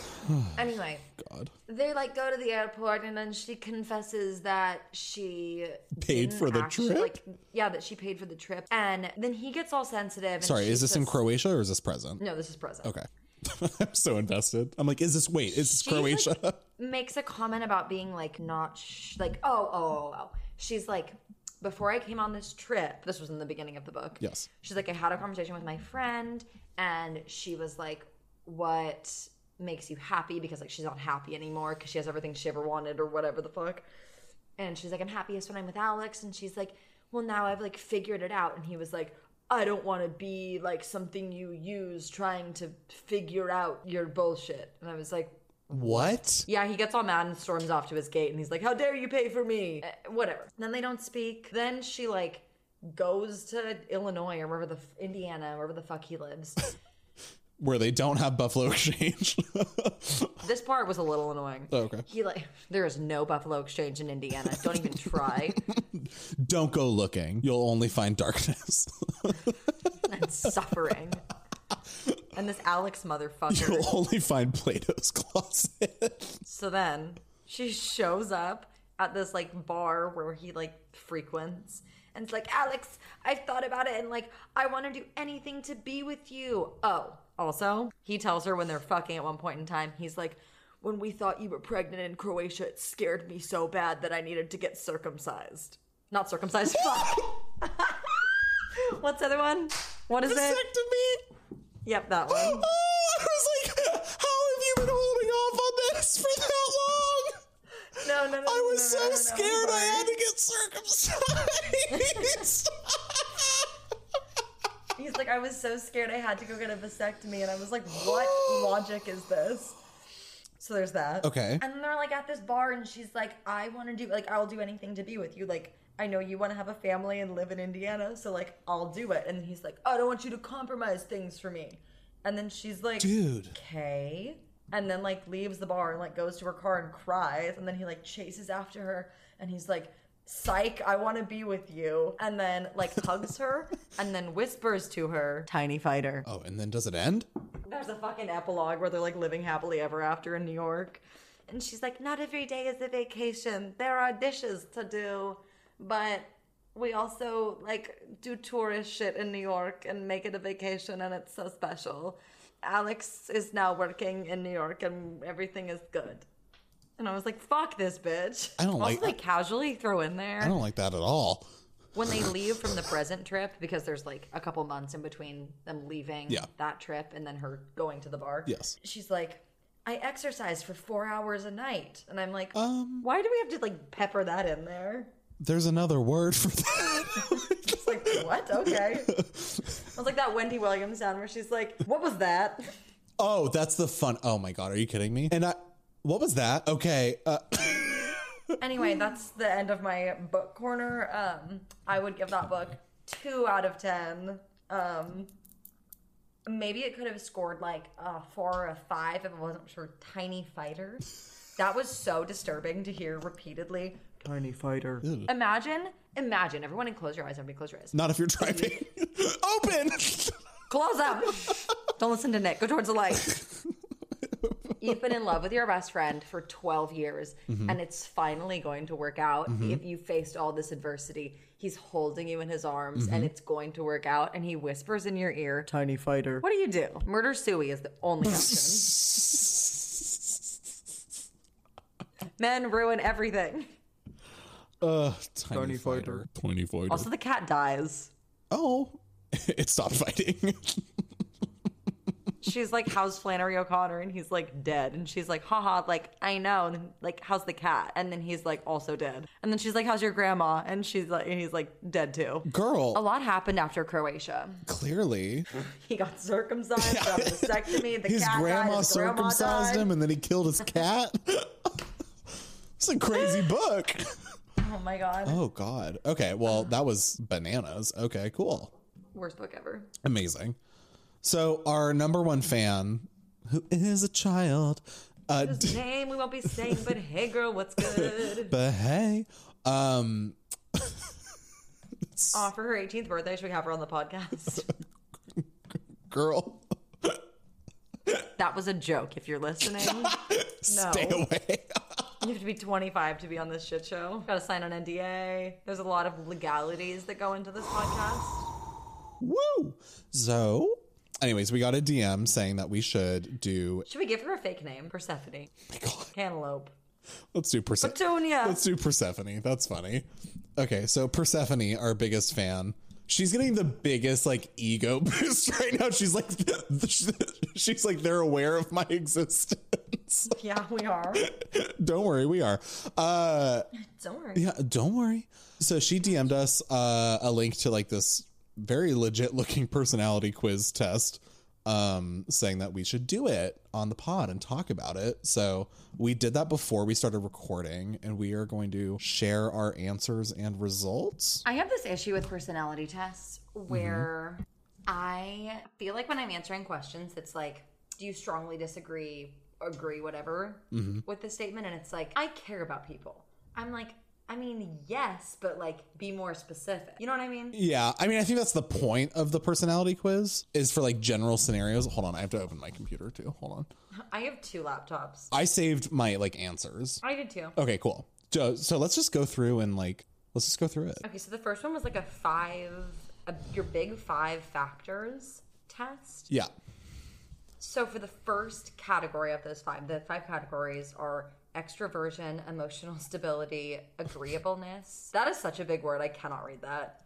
D: anyway,
C: God,
D: they like go to the airport and then she confesses that she
C: Paid
D: didn't
C: for the
D: actually-
C: trip?
D: Like, yeah, that she paid for the trip, and then he gets all sensitive. And
C: sorry.
D: she
C: Is this in
D: says-
C: Croatia or is this present?
D: No, this is present.
C: Okay. (laughs) I'm so invested. I'm like, is this wait? Is this
D: She's, like,
C: Croatia? (laughs)
D: makes a comment about being like not sh- like oh oh oh oh. She's like before I came on this trip. This was in the beginning of the book.
C: Yes.
D: She's like I had a conversation with my friend and she was like what makes you happy because like she's not happy anymore because she has everything she ever wanted or whatever the fuck. And she's like I'm happiest when I'm with Alex and she's like well now I've like figured it out and he was like I don't want to be like something you use trying to figure out your bullshit. And I was like
C: what?
D: yeah, he gets all mad and storms off to his gate, and he's like, "How dare you pay for me?" Uh, whatever. Then they don't speak. Then she like goes to Illinois or wherever the f- Indiana, wherever the fuck he lives.
C: Where they don't have Buffalo (laughs) Exchange?
D: this part was a little annoying.
C: okay.
D: He like, there is no Buffalo Exchange in Indiana. Don't even try.
C: Don't go looking. You'll only find darkness. (laughs)
D: and suffering. And this Alex motherfucker.
C: You'll only find Plato's closet.
D: So then she shows up at this like bar where he like frequents and it's like, Alex, I've thought about it and like I want to do anything to be with you. Oh, also, he tells her when they're fucking at one point in time, he's like, when we thought you were pregnant in Croatia, it scared me so bad that I needed to get circumcised. Not circumcised. Fuck. (laughs) What's the other one? What is it?
C: Vasectomy.
D: Yep, that
C: Oh, I
D: one.
C: was like, how have you been holding off on this for that long?
D: No, no, no.
C: I was so
D: no, no, no, no,
C: scared I had to get circumcised. (laughs)
D: He's like, I was so scared I had to go get a vasectomy, and I was like,
C: (gasps)
F: What logic is this? So there's that.
C: okay.
D: and then they're like at this bar, and she's like, I want to do like I'll do anything to be with you. Like I know you want to have a family and live in Indiana, so like I'll do it. And he's like, I don't want you to compromise things for me. And then she's like,
C: Dude.
D: okay. And then like leaves the bar and like goes to her car and cries. And then he like chases after her, and he's like. Psych, I want to be with you. And then, like, hugs her and then whispers to her, Tiny fighter.
C: Oh, and then does it end?
D: There's a fucking epilogue where they're like living happily ever after in New York. And she's like, Not every day is a vacation. There are dishes to do. But we also like do tourist shit in New York and make it a vacation and it's so special. Alex is now working in New York and everything is good. And I was like, fuck this bitch.
C: I don't
D: also,
C: like-
D: like casually throw in
C: I
D: there
C: don't like that at all.
D: when they leave from the present trip because there's like a couple months in between them leaving
C: Yeah.
D: that trip and then her going to the bar
C: Yes.
D: she's like, I exercise for four hours a night. And I'm like,
C: Um,
D: why do we have to like pepper that in there?
C: there's another word for that. (laughs)
D: It's like, what? Okay. I was like that Wendy Williams sound where she's like, what was that?
C: oh, that's the fun. Oh my god, are you kidding me? And I, what was that? Okay. Uh,
D: Anyway, that's the end of my book corner. Um, I would give that book two out of 10. Um, maybe it could have scored like a four or a five if it wasn't for Tiny Fighter. That was so disturbing to hear repeatedly.
G: Tiny fighter.
D: Imagine, imagine. Everyone, close your eyes. Everybody, close your eyes.
C: not if you're driving. (laughs) Open. (laughs)
D: Close up. Don't listen to Nick. Go towards the light. You've been in love with your best friend for 12 years, and it's finally going to work out. If you faced all this adversity, he's holding you in his arms, and it's going to work out. And he whispers in your ear,
G: Tiny fighter.
D: What do you do? Murder Suey is the only option. Men ruin everything.
C: uh, tiny,
G: Tiny fighter.
C: Tiny fighter.
D: Also, the cat dies.
C: (laughs) oh, it stopped fighting.
D: she's like, "How's Flannery O'Connor?" And he's like, "Dead." And she's like, "Haha!" Like I know. And then, like, "How's the cat?" And then he's like, "Also dead." And then she's like, "How's your grandma?" And she's like, and he's like, "Dead too."
C: (laughs) Girl,
D: A lot happened after Croatia.
C: clearly.
D: He got circumcised, got a vasectomy.
C: (laughs)
D: The
C: his
D: cat
C: grandma
D: died, his grandma
C: circumcised
D: died.
C: him and then he killed
D: (laughs)
C: his cat. (laughs) it's a crazy book. (laughs)
D: Oh my god!
C: Oh god. Okay, well, that was bananas. Okay, cool.
D: Worst book ever.
C: Amazing. So, our number one fan who is a child uh
D: His name we won't be saying, but hey, girl, what's
C: (laughs)
D: good?
C: but hey, um
D: Oh, for her 18th birthday, should we have her on
C: (laughs)
D: the podcast?
C: girl, (laughs)
D: that was a joke. If you're listening, no,
C: (laughs) stay away. (laughs)
D: you have to be 25 to be on this shit show. Got to sign an NDA. There's a lot of legalities that go into this podcast.
C: Woo. So, anyways, we got a DM saying that we should do oh
D: Should we give her a fake name? Persephone,
C: God,
D: Cantaloupe,
C: let's do percent.
D: Petunia.
C: Let's do Persephone. That's funny. Okay, so Persephone, our biggest fan, she's getting the biggest like ego (laughs) boost right now. She's like, (laughs) she's like, they're aware of my (laughs) existence.
D: Yeah, we are.
C: don't worry, we are. Uh,
D: Don't worry.
C: yeah, don't worry. So she DM'd us uh, a link to like this very legit looking personality quiz test, um, saying that we should do it on the pod and talk about it. So we did that before we started recording, and we are going to share our answers and results.
D: I have this issue with personality tests where I feel like when I'm answering questions, it's like, do you strongly disagree, agree, whatever with the statement? And it's like, I care about people. I'm like, I mean, yes, but like, be more specific. You know what I mean?
C: Yeah, I mean, I think that's the point of the personality quiz is for like general scenarios. Hold on, I have to open my computer too. Hold on.
D: I have two laptops.
C: I saved my like answers.
D: I did too.
C: Okay, cool. So, so let's just go through and like, let's just go through it.
D: Okay, so the first one was like a five, a, your big five factors test.
C: Yeah.
D: So for the first category of those five, the five categories are extroversion, emotional (laughs) stability, agreeableness. That is such a big word. I cannot read that.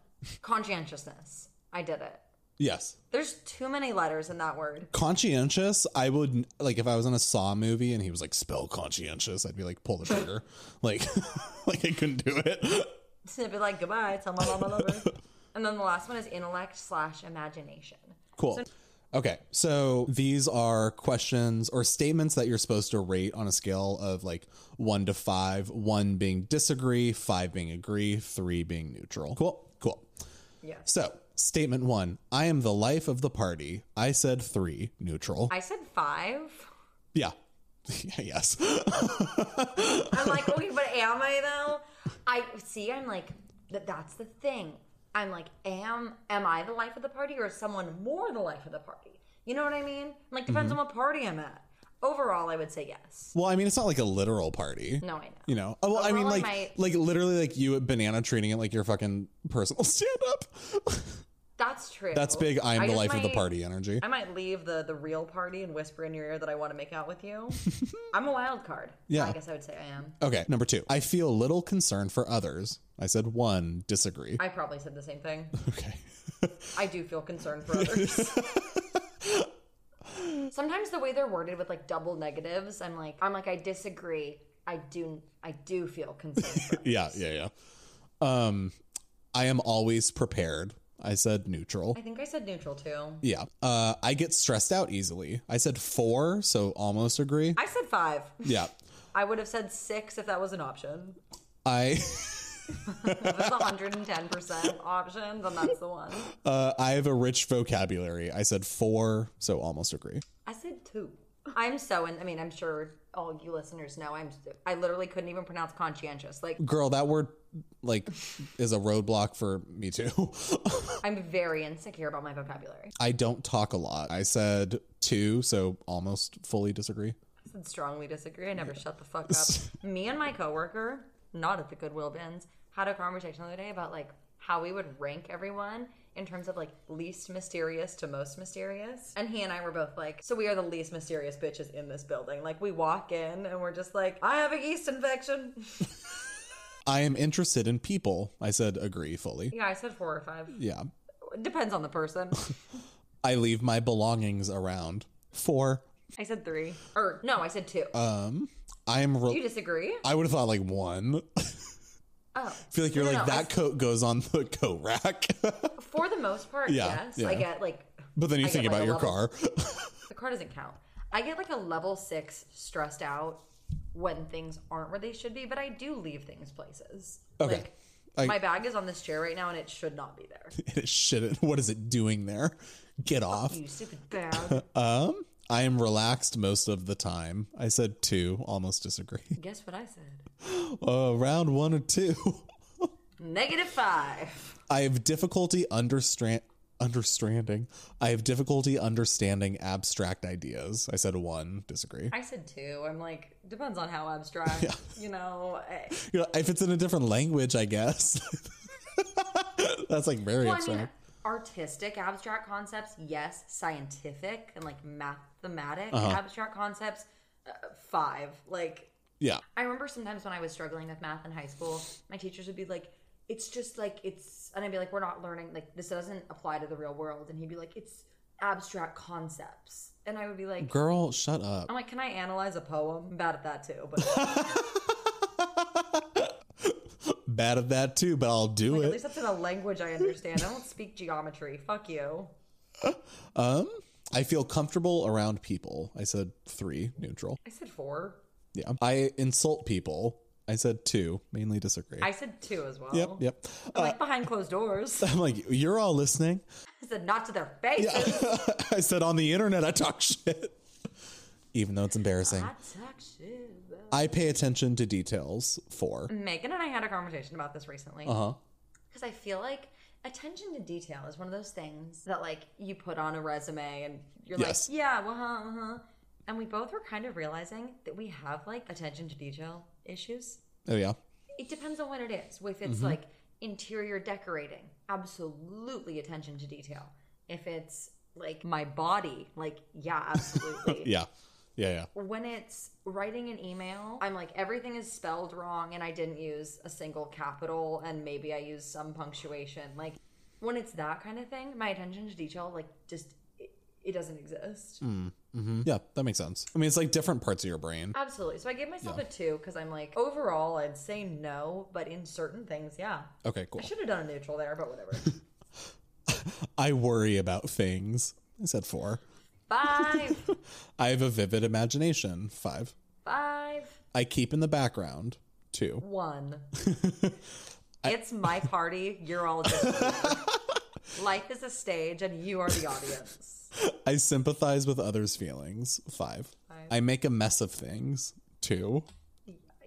D: Conscientiousness. I did it.
C: Yes.
D: There's too many letters in that word. (laughs)
C: Conscientious, I would like if I was in a Saw movie and he was like spell conscientious, I'd be like pull the trigger, (laughs) like like I couldn't do it. (laughs)
D: To be like goodbye, tell my mom I love her. And then the last one is intellect slash imagination.
C: Cool. Okay, so these are questions or statements that you're supposed to rate on a scale of like one to five, one being disagree, five being agree, three being neutral. Cool, cool.
D: Yes.
C: So, statement one I am the life of the party. I said three, neutral.
D: I said five.
C: yeah. (laughs) yes. (laughs)
D: I'm like, okay, but am I though? I see. I'm like, that. That's the thing. I'm like, am am I the life of the party, or is someone more the life of the party? You know what I mean? Like, depends
C: Mm-hmm.
D: on what party I'm at. Overall, I would say yes.
C: Well, I mean, it's not like a literal party.
D: No, I know.
C: You know, oh, well, I mean,
D: Overall, I
C: like,
D: might-
C: like literally, like you at Banana treating it like your fucking personal (laughs) stand up.
D: That's true.
C: That's big. I'm
D: I
C: the
D: just
C: life of the
D: might-
C: party energy.
D: I might leave the the real party and whisper in your ear that I want to make out
C: (laughs)
D: with you. I'm a wild card.
C: Yeah.
D: I guess I would say I am.
C: Okay, number two. I feel little concern for others. I said one. Disagree.
D: I probably said the same thing.
C: (laughs) okay.
D: I do feel concerned for others. Sometimes the way they're worded with like double negatives, I'm like, I'm like, I disagree. I do, I do feel concerned. For others.
C: Yeah, yeah, yeah. Um, I am always prepared. I said neutral.
D: I think I said neutral too.
C: Yeah. Uh, I get stressed out easily. I said four, so almost agree.
D: I said five.
C: Yeah.
D: I would have said six if that was an option.
C: I.
D: If it's 110 percent option, then that's the one.
C: Uh, I have a rich vocabulary. I said four, so almost agree.
D: I said two. I'm so, and I mean, I'm sure all you listeners know. I'm, I literally couldn't even pronounce conscientious. Like,
C: Girl, that word like is a roadblock for me too. (laughs)
D: I'm very insecure about my vocabulary.
C: I don't talk a lot. I said two, so almost fully disagree.
D: and strongly disagree. I never shut the fuck
C: (laughs)
D: up. Me and my coworker, not at the Goodwill bins, had a conversation the other day about like how we would rank everyone in terms of like least mysterious to most mysterious. And he and I were both like, so we are the least mysterious bitches in this building. Like we walk in and we're just like, I have a yeast infection.
C: I am interested in people. I said agree fully.
D: Yeah, I said four or five.
C: Yeah. (laughs)
D: Depends on the person.
C: I leave my belongings around. Four.
D: I said three. Or no, I said two.
C: Um, I am. Re-
D: you disagree?
C: I would have thought like one. (laughs) I
D: Oh.
C: feel like you're
D: No, no,
C: like
D: no, I
C: that coat goes on the coat rack, (laughs)
D: For the most part,
C: Yeah,
D: yes. I
C: yeah.
D: get like
C: but then you
D: I
C: think
D: get, like,
C: about
D: a
C: your
D: level.
C: car. (laughs)
D: the car doesn't count. I get like a level six stressed out when things aren't where they should be, but I do leave things places.
C: Okay.
D: Like
C: I- (laughs)
D: my bag is on this chair right now and it should not be there.
C: it shouldn't. (laughs) What is it doing there? Get off.
D: You stupid bag. (laughs)
C: Um, I am relaxed most of the time. I said two. Almost disagree. (laughs)
D: Guess what I said?
C: Uh, round one or two. (laughs)
D: Negative five.
C: I have difficulty understand understanding. I have difficulty understanding abstract ideas. I said one. Disagree.
D: I said two. I'm like, depends on how abstract, you know. eh. I,
C: You know, if it's in a different language, I guess. (laughs) That's like very
D: well, I
C: abstract.
D: mean, artistic abstract concepts, yes. Scientific and like mathematic abstract concepts, uh, five. Like,
C: yeah.
D: I remember sometimes when I was struggling with math in high school, my teachers would be like, it's just like, it's, and I'd be like, we're not learning, like, this doesn't apply to the real world. And he'd be like, it's abstract concepts. And I would be like,
C: Girl, shut up.
D: I'm like, can I analyze a poem? I'm bad at that too, but
C: (laughs) Bad at that too, but I'll do
D: at
C: it.
D: least that's in a language I understand. I don't speak geometry. Fuck you.
C: Um, I feel comfortable around people. I said three, neutral.
D: I said four.
C: Yeah. I insult people. I said two, mainly disagree.
D: I said two as well.
C: yep, yep. (laughs)
D: I'm like behind closed doors. (laughs)
C: I'm like, you're all listening. (laughs)
D: I said not to their faces.
C: I said on the internet, I talk shit, (laughs) even though it's embarrassing.
D: I talk shit.
C: I pay attention to details. Four.
D: Megan and I had a conversation about this recently.
C: Uh huh.
D: because I feel like attention to detail is one of those things that like you put on a resume and you're
C: Yes.
D: like, yeah, well, huh, uh-huh." and we both were kind of realizing that we have like attention to detail issues.
C: Oh yeah.
D: It depends on what it is. If it's like interior decorating, absolutely attention to detail. If it's like my body, like yeah, absolutely.
C: (laughs) Yeah. Yeah. Yeah.
D: When it's writing an email, I'm like, everything is spelled wrong and I didn't use a single capital and maybe I used some punctuation. Like, when it's that kind of thing, my attention to detail, like, just, it, it doesn't exist.
C: Yeah, that makes sense. I mean, it's like different parts of your brain.
D: Absolutely. So I gave myself a two because I'm like, overall, I'd say no, but in certain things, yeah.
C: Okay,
D: (laughs)
C: cool.
D: I should have done a neutral there, but whatever.
C: I worry about things. I said four.
D: five,
C: I have a vivid imagination. Five.
D: five,
C: I keep in the background. Two.
D: one. it's my party. You're all just. here. Life is a stage and you are the audience.
C: I sympathize with others' feelings. Five. I make a mess of things. Two.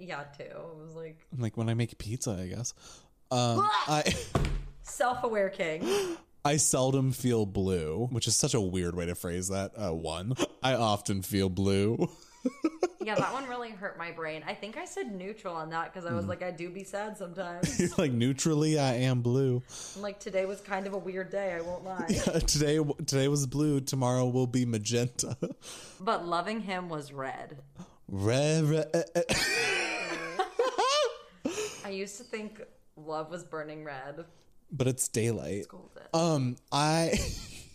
D: Yeah, too. It was like
C: Like when I make pizza, I guess. Um, I (gasps)
D: self-aware king.
C: I seldom feel blue, which is such a weird way to phrase that. Uh, one. I often feel blue. (laughs)
D: Yeah, that one really hurt my brain. I think I said neutral on that because I
C: Mm.
D: was like, I do be sad sometimes.
C: You're like neutrally, I am blue. (laughs)
D: I'm like, today was kind of a weird day. I won't lie.
C: today, today was blue. Tomorrow will be magenta. (laughs)
D: But loving him was red.
C: Re- re- eh, eh.
D: I used to think love was burning red.
C: but it's daylight.
D: Golden.
C: Um, I (laughs)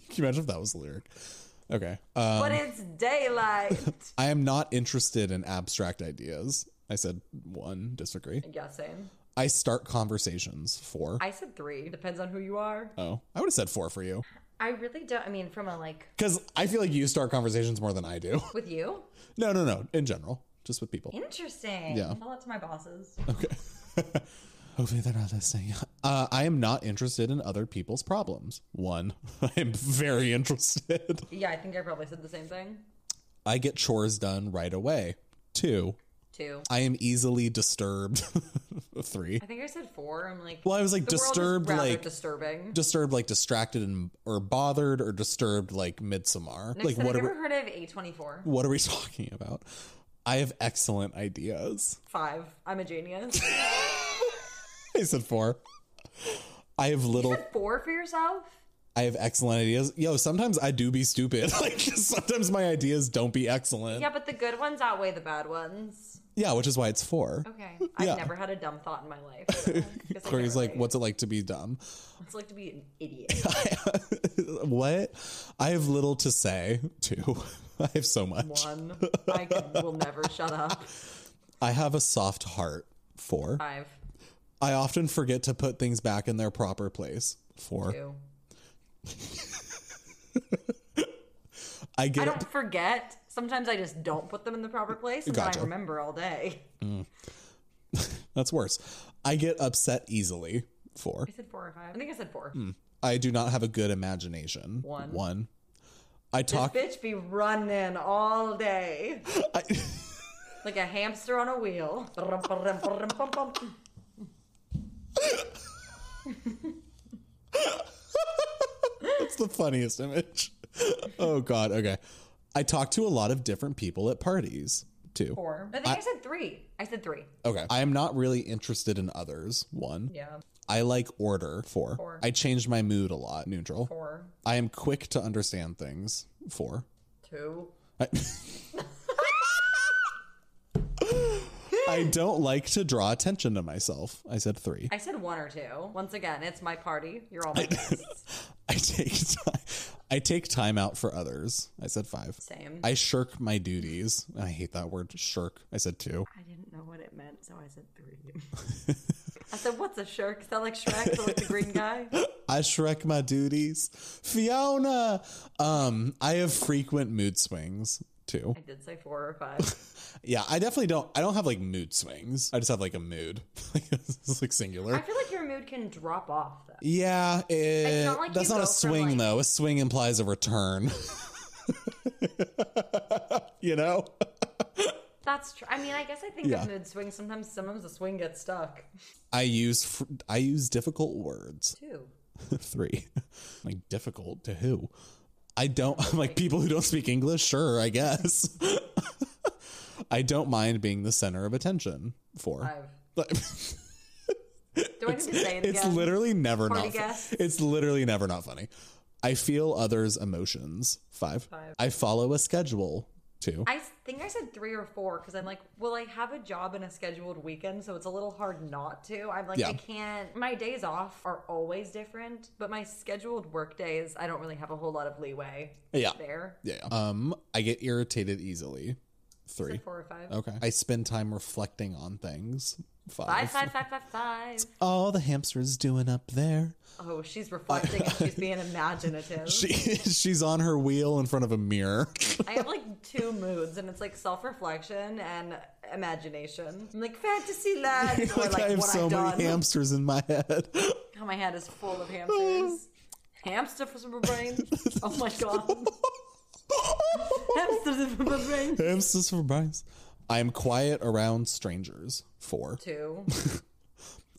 C: can you imagine if that was the lyric? Okay. Uh,
D: but it's daylight. (laughs)
C: I am not interested in abstract ideas. I said one. Disagree.
D: yeah, same.
C: I start conversations. Four.
D: I said three. Depends on who you are.
C: oh, I would have said four for you
D: I really don't. I mean, from a like
C: because I feel like you start conversations more than I do. (laughs)
D: with you.
C: no, no, no. In general, just with people.
D: Interesting.
C: Yeah.
D: Tell that to my bosses.
C: Hopefully they're not listening. (laughs) Uh, I am not interested in other people's problems. One. (laughs) I am very interested.
D: yeah, I think I probably said the same thing.
C: I get chores done right away. Two.
D: Two.
C: I am easily disturbed. (laughs) Three.
D: I think I said four. I'm like.
C: Well, I was like
D: The world is
C: disturbed,
D: rather
C: like
D: disturbing.
C: disturbed, like distracted and or bothered or disturbed, like Midsommar.
D: Next
C: like what are
D: I've
C: we,
D: ever heard of A twenty four.
C: what are we (laughs) talking about? I have excellent
D: (laughs)
C: ideas.
D: Five. I'm a genius. (laughs)
C: I said four. I have little.
D: Four for yourself.
C: I have excellent ideas. Yo, sometimes I do be (laughs) stupid. Like sometimes my ideas don't be excellent.
D: Yeah, but the good ones outweigh the bad ones.
C: Yeah, which is why it's four.
D: Okay. I've
C: Yeah.
D: never had a dumb thought in my
C: (laughs)
D: life. 'Cause I
C: Corey's
D: never
C: like,
D: do.
C: what's it like to be dumb? (laughs)
D: It's like to be an idiot.
C: what? I have little to say, too. (laughs) I have so much.
D: One. I can- will never shut up.
C: I have a soft heart. Four.
D: Five.
C: I often forget to put things back in their proper place. Four.
D: Two.
C: I
D: I
C: get it.
D: don't forget. Sometimes I just don't put them in the proper place, and then
C: Gotcha.
D: I remember all day.
C: That's worse. I get upset easily. Four.
D: I said four or five. I think I said four.
C: Hmm. I do not have a good imagination.
D: One.
C: One. I talk.
D: Bitch be running all day
C: I, (laughs)
D: like a hamster on a wheel.
C: that's the funniest image. (laughs) oh God. Okay. I talk to a lot of different people at parties. Two.
D: Four. I think I, said three. I said three.
C: Okay. I am not really interested in others. One.
D: Yeah.
C: I like order. Four.
D: Four.
C: I change my mood a lot. Neutral.
D: Four.
C: I am quick to understand things. Four.
D: Two.
C: I, I don't like to draw attention to myself. I said three.
D: I said one or two. Once again, it's my party. You're all my guests.
C: (laughs) I take time, I take time out for others. I said five.
D: Same.
C: I shirk my duties. I hate that word shirk. I said two.
D: I didn't know what it meant, so I said three. I said, "What's a shirk? Is that like Shrek? Is that like
C: (laughs)
D: the green guy?"
C: I shrek my duties. Fiona. Um, I have frequent mood swings. Two.
D: I did say four or five.
C: (laughs) Yeah, I definitely don't. I don't have like mood swings. I just have like a mood. (laughs) Like, it's like
D: I
C: singular.
D: feel like your mood can drop off though.
C: Yeah, it,
D: not like
C: that's
D: you
C: not a
D: go from,
C: swing
D: like-
C: though. A swing implies a return. (laughs) you know.
D: That's true. I mean, I guess I think
C: Yeah.
D: of mood swings. Sometimes, sometimes the swing gets stuck.
C: I use fr- I use difficult words.
D: Two.
C: Three, like difficult to who? I don't (laughs) I'm like people who don't speak English. Sure, I guess. (laughs) I don't mind being the center of attention. Four.
D: Five.
C: (laughs) Like,
D: Do I need to say it
C: it's
D: again?
C: literally never
D: Party
C: not. fu-
D: guests.
C: It's literally never not funny. I feel others' emotions. Five.
D: Five.
C: I follow a schedule. Two.
D: I think I said three or four because I'm like, well, I have a job and a scheduled weekend, so it's a little hard not to. I'm like,
C: Yeah.
D: I can't. My days off are always different, but my scheduled work days, I don't really have a whole lot of leeway
C: yeah.
D: there.
C: Yeah. yeah. Um, I get irritated easily. Three.
D: Four or five.
C: Okay. I spend time reflecting on things.
D: Five, five, five, five, five.
C: all the hamsters doing up there.
D: Oh, she's reflecting and she's being imaginative.
C: She (laughs) she's on her wheel in front of a
D: (laughs)
C: mirror.
D: I have like two moods, and it's like self reflection and imagination. I'm like fantasy land, or
C: (laughs) like,
D: like
C: I have
D: what
C: so
D: I've done.
C: many hamsters in my head. (laughs)
D: oh, my head is full of hamsters. Hamster for my
C: (laughs)
D: brain. Oh my god. (laughs) Hamsters for my brain.
C: hamsters for Bryce. I am quiet around strangers. Four.
D: Two.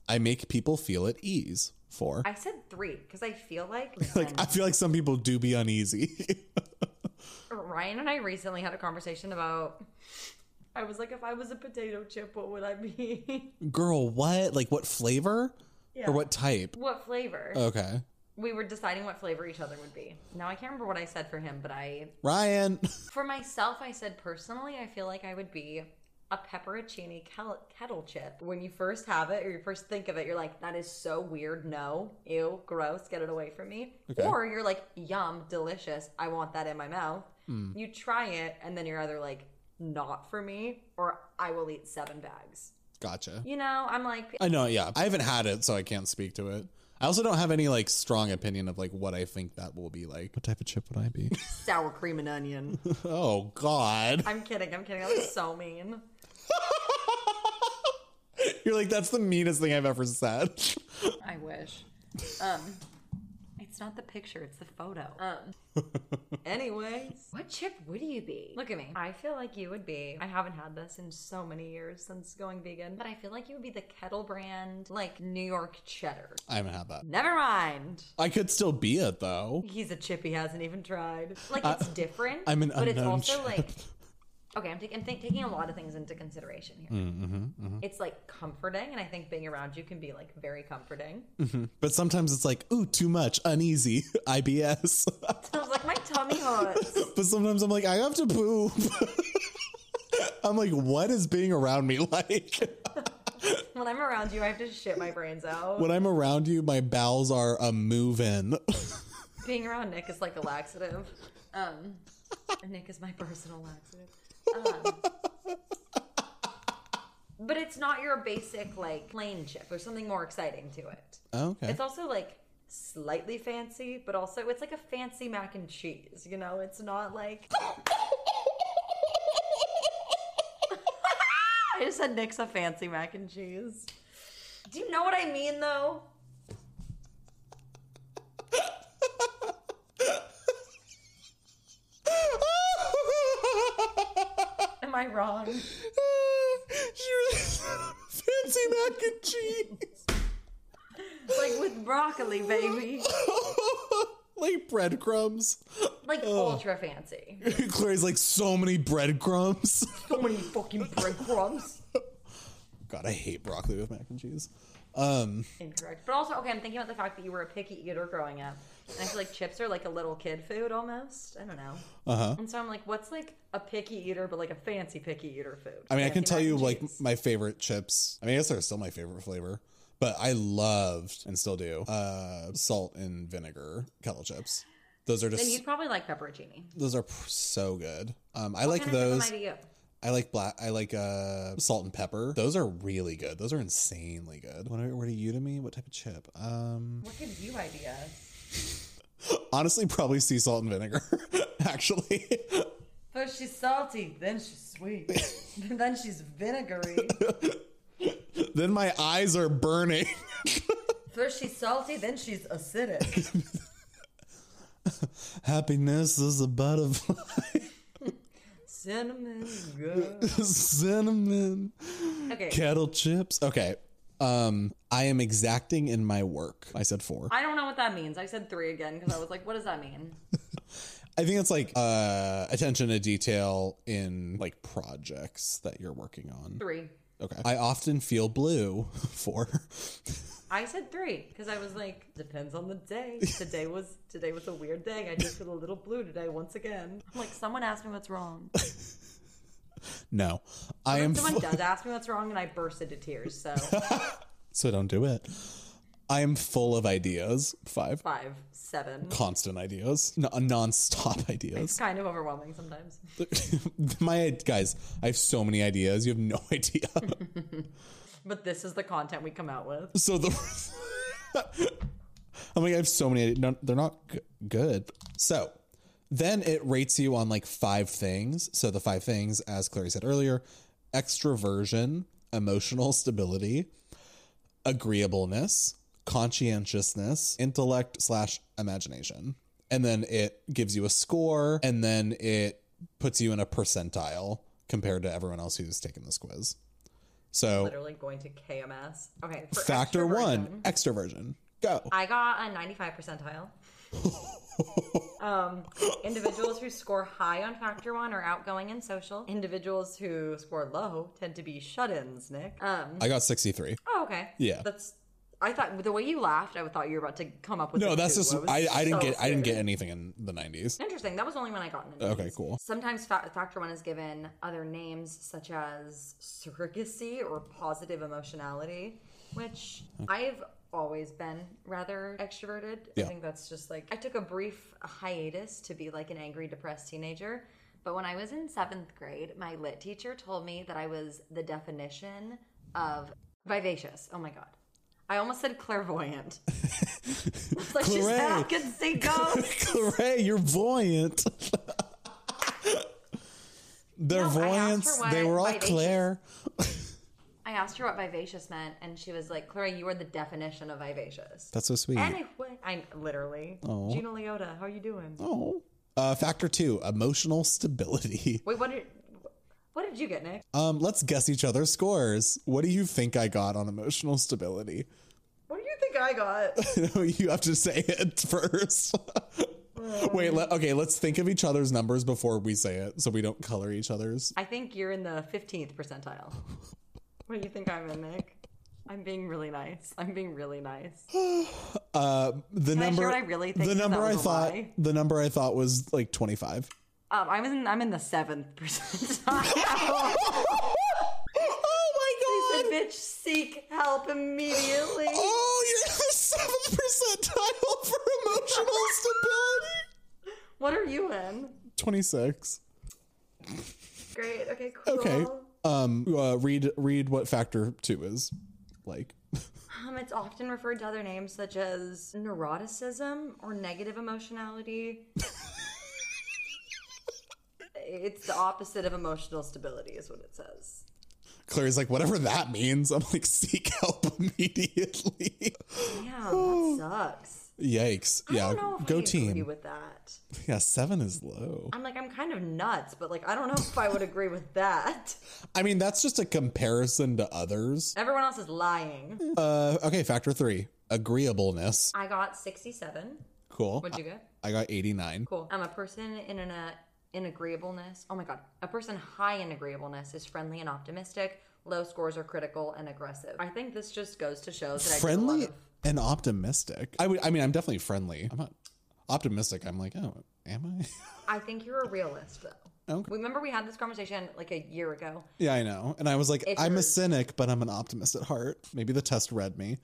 C: I make people feel at ease. Four. I,
D: I said three because I feel like,
C: (laughs) like, I feel like some people do be uneasy. (laughs)
D: Ryan and I recently had a conversation about. I was like, if I was a potato chip, what would I be? (laughs)
C: Girl, what? Like what flavor? Or what type?
D: what flavor?
C: Okay.
D: we were deciding what flavor each other would be. Now I can't remember what I said for him, but I
C: Ryan. (laughs)
D: for myself I said personally I feel like I would be a pepperoncini kel- kettle chip. When you first have it or you first think of it, you're like that is so weird. No, ew, gross, get it away from me.
C: Okay.
D: Or you're like yum, delicious. I want that in my mouth. You try it and then you're either like not for me or I will eat seven bags.
C: Gotcha.
D: You know, I'm like
C: I know, yeah. I haven't had it, so I can't speak to it. I also don't have any like strong opinion of like what I think that will be like. What type of chip would I be?
D: sour cream and onion.
C: oh God!
D: (laughs) I'm kidding. I'm kidding. I was so mean.
C: (laughs) You're like that's the meanest thing I've ever said. (laughs)
D: I wish. Um, it's not the picture; it's the photo. Um. (laughs) Anyways, what chip would you be? Look at me. I feel like you would be. I haven't had this in so many years since going vegan, but I feel like you would be the kettle brand, like New York cheddar.
C: I haven't had that.
D: Never mind.
C: I could still be it though.
D: He's a chip he hasn't even tried. Like it's different.
C: I'm an
D: but it's
C: unknown
D: also
C: chip.
D: like (laughs) okay. I'm, taking I'm think- taking a lot of things into consideration here.
C: Mm, mm-hmm,
D: It's like comforting, and I think being around you can be like very comforting. (laughs)
C: But sometimes it's like, ooh, too much, uneasy, (laughs) IBS. (laughs)
D: I was like, my tummy hurts.
C: but sometimes I'm like, I have to poop. (laughs) I'm like, what is being around me (laughs) like?
D: When I'm around you, I have to shit my brains out.
C: when I'm around you, my bowels are a moving.
D: Being around Nick is like a laxative. Um, and Nick is my personal laxative. Um, but it's not your basic like plain chip. There's something more exciting to it.
C: (laughs) okay. (laughs)
D: It's also like slightly fancy, but also it's like a fancy mac and cheese. You know, it's not like. (laughs) I just said Nick's a fancy mac and cheese. Do you know what I mean, though? Am I wrong?
C: she really (laughs) said fancy mac and cheese.
D: Like with broccoli, baby.
C: like breadcrumbs.
D: Like ultra fancy.
C: (laughs) Clary's like, so many breadcrumbs. (laughs)
D: So many fucking breadcrumbs.
C: God, I hate broccoli with mac and cheese. Um,
D: Incorrect. But also, okay, I'm thinking about the fact that you were a picky eater growing up. And I feel like chips are like a little kid food almost. I don't know. Uh-huh. And so I'm like, what's like a picky eater, but like a fancy picky eater food?
C: I mean, I
D: Fancy
C: can tell
D: mac
C: you
D: and
C: like
D: cheese.
C: my favorite chips. I mean, I guess they're still my favorite flavor, but I loved and still do uh, salt and vinegar kettle chips. Those are
D: Then you'd
C: just
D: probably like pepperoncini.
C: those are pr- so good. Um, I like
D: Kind of similar
C: those.
D: to you.
C: I like black. I like uh, salt and pepper. Those are really good. Those are insanely good. What are, what are you to me? What type of chip? Um,
D: What gives you ideas?
C: honestly, probably sea salt and vinegar. (laughs) actually,
F: First she's salty, then she's sweet, then she's vinegary.
C: then my eyes are burning. (laughs)
F: First she's salty, then she's acidic.
C: Happiness is a butterfly. (laughs)
F: Cinnamon girl.
C: Cinnamon.
D: Okay.
C: Kettle chips. Okay. Um, I am exacting in my work. I said four.
D: I don't know what that means. I said three again because I was like, what does that mean?
C: I think it's like uh attention to detail in like projects that you're working on.
D: Three.
C: Okay. I often feel blue. (laughs) Four.
D: I said three because I was like, depends on the day. Today was today was a weird day. I just feel a little blue today once again. I'm like, someone asked me
C: (laughs)
D: what's wrong.
C: No. I am
D: Someone
C: fu-
D: does ask me what's wrong, and I burst into tears.
C: (laughs)
D: So
C: so don't do it. I am full of ideas. Five.
D: five, seven.
C: Constant ideas. No, non-stop (laughs)
D: It's
C: ideas.
D: kind of overwhelming sometimes.
C: (laughs) my guys, I have so many ideas. You have no (laughs) idea.
D: But this is the content we come out with.
C: So the (laughs) I'm like, I have so many. No, they're not g- good. So then it rates you on like five things. So the five things, as Clary said earlier, extroversion, emotional stability, agreeableness, conscientiousness, intellect slash imagination, and then it gives you a score, and then it puts you in a percentile compared to everyone else who's taken this quiz. So
D: Literally going to KMS. Okay. for
C: Factor
D: extroversion,
C: one, extroversion. Go.
D: I got a 95
C: (laughs)
D: percentile. um, individuals who score high on factor one are outgoing and social. Individuals who score low tend to be shut-ins. Nick. Um.
C: I got 63.
D: Oh, okay.
C: Yeah.
D: That's. I thought the way you laughed, I thought you were about to come up with.
C: No,
D: a
C: that's
D: two.
C: just
D: was
C: I, I didn't
D: so
C: get I didn't get
D: scared.
C: anything in the
D: (laughs)
C: 90s.
D: Interesting. That was the only one I got. In the
C: Okay,
D: news.
C: cool.
D: Sometimes fa- factor one is given other names such as surrogacy or positive emotionality, which I've always been rather extroverted.
C: Yeah.
D: I think that's just like I took a brief hiatus to be like an angry, depressed teenager. But when I was in seventh grade, my lit teacher told me that I was the definition of vivacious. Oh my god. I almost
C: (laughs)
D: said clairvoyant. (laughs) it's like she said I
C: Claret.
D: could see ghosts.
C: Hooray, you're
D: (laughs)
C: voyant. Their
D: No, I asked her
C: voyants,
D: why-
C: they were all
D: why they-
C: Claire.
D: I asked her what vivacious meant, and she was like, Clara, you are the definition of vivacious.
C: That's so sweet.
D: Anyway, I literally. Gina Leota, how are you doing?
C: Oh. Uh, factor two, emotional stability. (laughs)
D: Wait, what did what did you get, Nick?
C: Um, let's guess each other's scores. What do you think I got on emotional stability? (laughs)
D: What do you think I got?
C: No, you have to say it (laughs) first. Wait, let, okay, let's think of each other's numbers before we say it so we don't color each other's.
D: I think you're in the 15th percentile. What do you think I'm in, Nick? I'm being really nice. I'm being really nice.
C: Uh, the
D: I share
C: number
D: what I really think?
C: the
D: 'Cause that
C: number I
D: was a
C: thought
D: lie.
C: the number I thought was like 25.
D: Um, I'm in I'm in the seventh (laughs) percentile.
C: (gasps) oh my
D: the
C: god!
D: bitch seek help immediately.
C: Oh, you're in the seventh percentile for
D: (laughs)
C: emotional stability.
D: What are you in?
C: Twenty six.
D: Great. Okay. Cool.
C: Okay. Um. Uh, read read what factor two is like.
D: Um, it's often referred to other names such as neuroticism or
C: (laughs)
D: negative emotionality. it's the opposite of emotional stability, is what it says.
C: Clary's like whatever that means. I'm like seek help immediately. (laughs)
D: Yeah,
C: (gasps)
D: that sucks.
C: Yikes!
D: I
C: Yeah,
D: don't know if I
C: go
D: agree
C: team.
D: with that.
C: Yeah, seven is low.
D: I'm like, I'm kind of nuts, but like, I don't know if I would agree with that. (laughs)
C: I mean, that's just a comparison to others.
D: Everyone else is lying.
C: (laughs) Uh, okay, factor three agreeableness.
D: I got 67.
C: Cool.
D: What'd you get?
C: I got 89.
D: Cool. I'm Um, a person in an uh, in agreeableness. Oh my god, a person high in agreeableness is friendly and optimistic. Low scores are critical and aggressive. I think this just goes to show that I do a
C: Friendly
D: lot of-
C: and optimistic. I would. I mean, I'm definitely friendly. I'm not optimistic. I'm like, oh, am I? (laughs)
D: I think you're a realist though.
C: Okay.
D: Remember we had this conversation like a year ago.
C: yeah, I know. And I was like, I'm a
D: you're-
C: cynic, but I'm an optimist at heart. Maybe the test read me.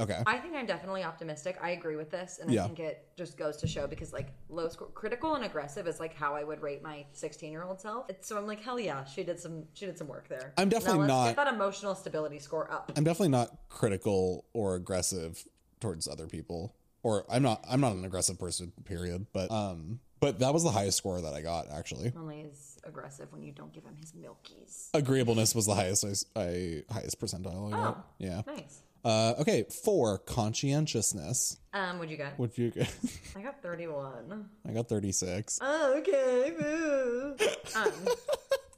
C: Okay.
D: I think I'm definitely optimistic. I agree with this, and
C: Yeah.
D: I think it just goes to show because like low score, critical and aggressive is like how I would rate my 16 year old self. It's, so I'm like, hell yeah, she did some she did some work there.
C: I'm definitely
D: now let's
C: not-
D: get that emotional stability score up.
C: I'm definitely not critical or aggressive towards other people. Or I'm not. I'm not an aggressive person. Period. But um. But that was the highest score that I got actually.
D: Only is aggressive when you don't give him his milkies.
C: Agreeableness was the highest. I, I highest percentile. I got.
D: Oh.
C: Yeah.
D: Nice.
C: Uh, okay, four conscientiousness.
D: Um, what'd you get?
C: What you get? (laughs)
D: I got 31.
C: I got thirty six.
D: Oh, okay. Boo. um,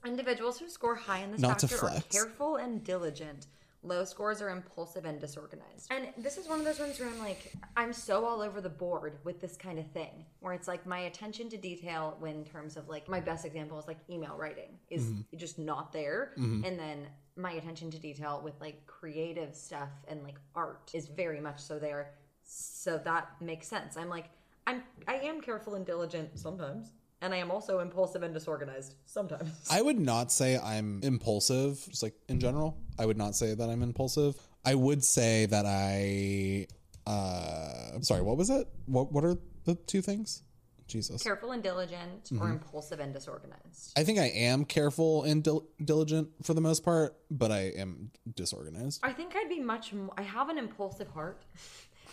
D: individuals who score high in this
C: Not to
D: factor are
C: flex.
D: careful and diligent. Low scores are impulsive and disorganized. And this is one of those ones where I'm like, I'm so all over the board with this kind of thing, where it's like my attention to detail when terms of like my best example is like email writing is
C: Mm-hmm.
D: just not there. And then my attention to detail with like creative stuff and like art is very much so there. So that makes sense. I'm like, I'm I am careful and diligent sometimes, and I am also impulsive and disorganized sometimes.
C: I would not say I'm impulsive. Just like in general, I would not say that I'm impulsive. I would say that I. Uh, I'm sorry. What was it? What What are the two things? Jesus.
D: Careful and diligent, or impulsive and disorganized.
C: I think I am careful and dil- diligent for the most part, but I am disorganized.
D: I think I'd be much. Mo- I have an impulsive heart. (laughs)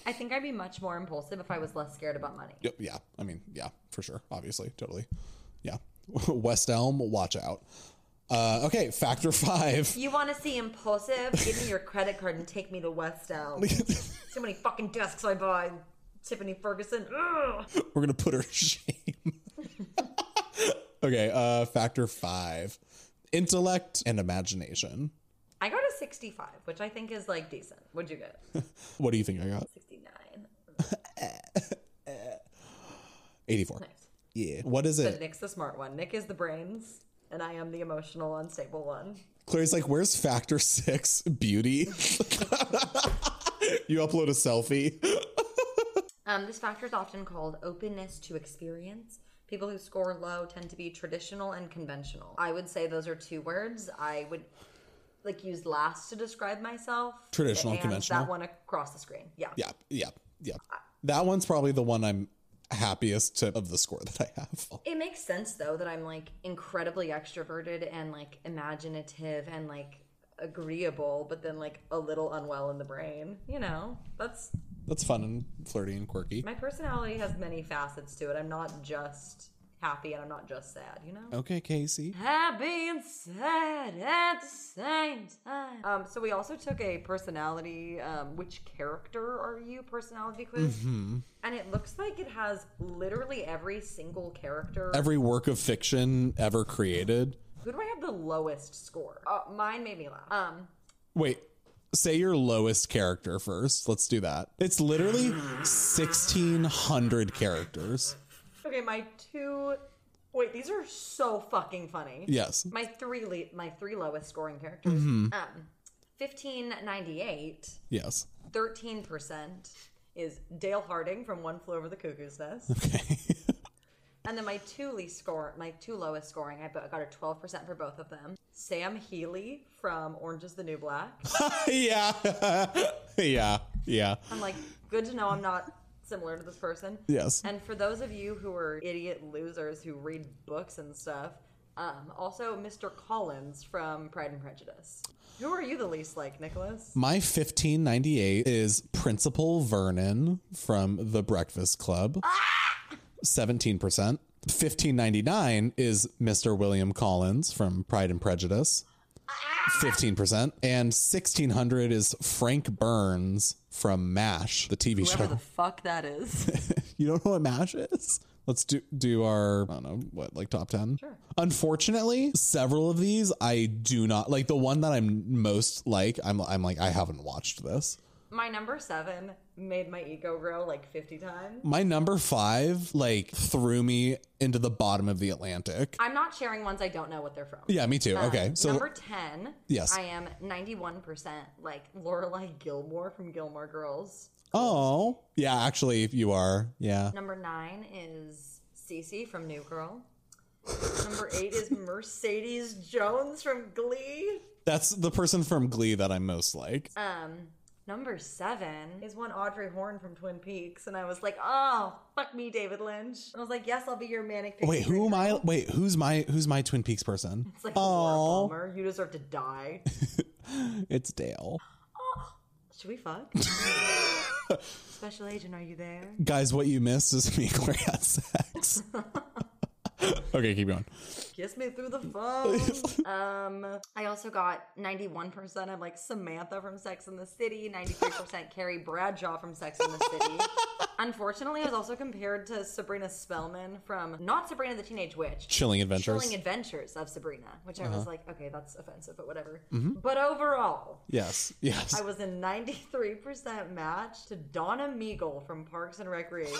D: I think I'd be much more impulsive if I was less scared about money.
C: Yep, yeah. I mean, yeah, for sure. Obviously, totally. Yeah. (laughs) West Elm, watch out. Uh, okay, factor (laughs) five.
D: You want to see impulsive? Give me your credit card and take me to West Elm. so many fucking desks I buy. Tiffany Ferguson. Ugh.
C: We're gonna put her (laughs) to shame. okay, uh factor five. Intellect and imagination.
D: I got a 65, which I think is like decent. What'd you get?
C: What do you think I got?
D: 69.
C: 84. Yeah. What is
D: But
C: it?
D: Nick's the smart one. Nick is the brains, and I am the emotional, unstable one.
C: Claire's like, where's factor six? Beauty. (laughs) you upload a selfie.
D: Um, this factor is often called openness to experience. People who score low tend to be traditional and conventional. I would say those are two words. I would like use last to describe myself.
C: Traditional,
D: and
C: conventional.
D: That one across the screen. Yeah.
C: Yeah, yeah, yeah. That one's probably the one I'm happiest to, of the score that I have.
D: It makes sense though that I'm like incredibly extroverted and like imaginative and like agreeable, but then like a little unwell in the brain. You know, that's
C: That's fun and flirty and quirky.
D: My personality has many facets to it. I'm not just happy and I'm not just sad, you know?
C: Okay, Casey.
D: Happy and sad at the same time. Um, so we also took a personality, um, which character are you personality quiz. And it looks like it has literally every single character.
C: Every work of fiction ever created.
D: Who do I have the lowest score? Uh, mine made me laugh. Um,
C: Wait, say your lowest character first. Let's do that. It's literally 1,600 characters.
D: okay, my two. Wait, these are so fucking funny.
C: Yes.
D: my three le- my three lowest scoring characters um 1598
C: Yes.
D: 13% is Dale Harding from One Flew Over the Cuckoo's Nest
C: Okay.
D: And then my two least score, my two lowest scoring, I bo- got a 12% for both of them. Sam Healy from Orange is the New Black.
C: (laughs) yeah. (laughs) yeah. Yeah.
D: I'm like, good to know I'm not similar to this person.
C: Yes.
D: And for those of you who are idiot losers who read books and stuff, um, also Mr. Collins from Pride and Prejudice. Who are you the least like, Nicholas?
C: My 1598 is Principal Vernon from The Breakfast Club. 17%. 1599 is Mr. William Collins from Pride and Prejudice. 15%. And 1600 is Frank Burns from MASH, the TV show.
D: Whoever the fuck that is.
C: (laughs)
D: (laughs)
C: You don't know what MASH is? Let's do do our I don't know what like top ten. Sure. Unfortunately, several of these I do not like. The one that I'm most like, I'm I'm like I haven't watched this.
D: my number seven made my ego grow like 50 times.
C: My number five like threw me into the bottom of the Atlantic.
D: I'm not sharing ones I don't know what they're from.
C: Yeah, me too. okay, so
D: Uh, number 10.
C: Yes.
D: I am 91% like Lorelei Gilmore from Gilmore Girls.
C: oh yeah, actually you are yeah.
D: Number nine is Cece from New Girl. Number eight is Mercedes Jones from Glee.
C: That's the person from Glee that I'm most like.
D: Um, number seven is one Audrey Horn from Twin Peaks, and I was like, oh, fuck me, David Lynch. And I was like, yes, I'll be your manic. Pixie
C: Wait, who am
D: Dream
C: I?
D: Girl.
C: Wait, who's my who's my Twin Peaks
D: (laughs)
C: person?
D: It's like,
C: Aw.
D: oh, Palmer, you deserve to
C: (laughs)
D: die.
C: It's Dale.
D: Should
C: (laughs)
D: we fuck? Special agent, are you there?
C: Guys, what you missed is me (laughs) and Claire had
D: (laughs)
C: sex. okay, keep going.
D: Kiss me through the phone. um, I also got 91%. I'm like Samantha from Sex in the City, 93% Carrie Bradshaw from Sex in the City. Unfortunately, I was also compared to Sabrina Spellman from not Sabrina the Teenage Witch.
C: Chilling Adventures.
D: Chilling Adventures of Sabrina, which I was like, okay, that's offensive, but whatever. But overall,
C: yes, yes.
D: I was a 93% match to Donna Meagle from Parks and
C: (laughs)
D: Recreation.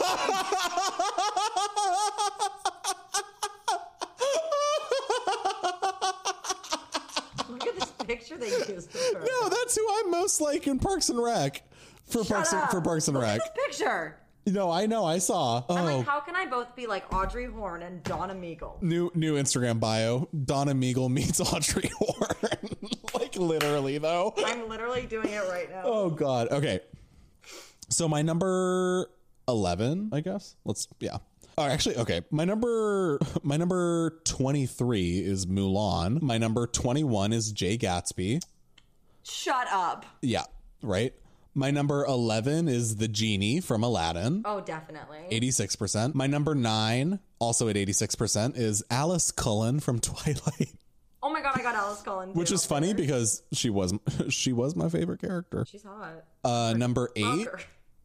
D: Look at this picture they used of
C: (laughs)
D: her.
C: no, that's who I'm most like in Parks and Rec. For Parks and,
D: up.
C: for Parks and
D: (laughs)
C: Rec.
D: Picture.
C: No, I know, I saw. Oh,
D: I'm like, how can I both be like Audrey Horn and Donna Meagle?
C: new new Instagram bio. Donna Meagle meets (laughs) Audrey Horn. (laughs) like literally though.
D: I'm literally doing it right now.
C: (laughs) Oh god. Okay. So my number 11, I guess. Let's yeah. Oh, actually, okay. My number (laughs) my number 23 is Mulan. My number 21 is Jay Gatsby.
D: Shut up.
C: Yeah, right? My number 11 is The Genie from Aladdin.
D: Oh, definitely.
C: 86%. My number 9, also at 86%, is Alice Cullen from (laughs) Twilight,
D: Oh my god, I got Alice Cullen.
C: which
D: too.
C: is funny because she was (laughs) she was my favorite character.
D: She's hot.
C: Uh number 8,
D: Fucker.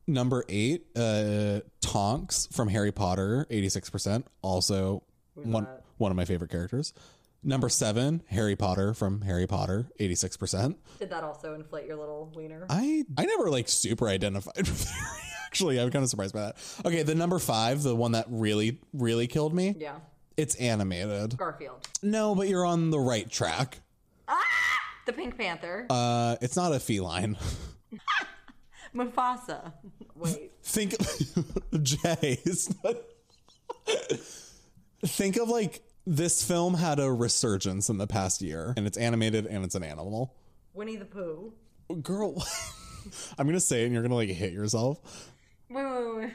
C: Number eight, uh, Tonks from Harry Potter, eighty-six percent. Also, one one of my favorite characters. Number seven, Harry Potter from Harry Potter, eighty-six percent.
D: Did that also inflate your little wiener?
C: I I never like super identified (laughs) with Harry. Actually, I'm kind of surprised by that. Okay, the number five, the one that really really killed me.
D: yeah.
C: It's animated.
D: Garfield.
C: No, but you're on the right track.
D: The Pink Panther.
C: Uh, it's not a feline. (laughs)
D: Mufasa. Wait.
C: Think, (laughs) Jay. it's not- (laughs) think of like this film had a resurgence in the past year, and it's animated and it's an animal.
D: Winnie the Pooh.
C: (laughs) Girl, I'm gonna say it, and you're gonna like hit yourself.
D: Wait, wait, wait, wait.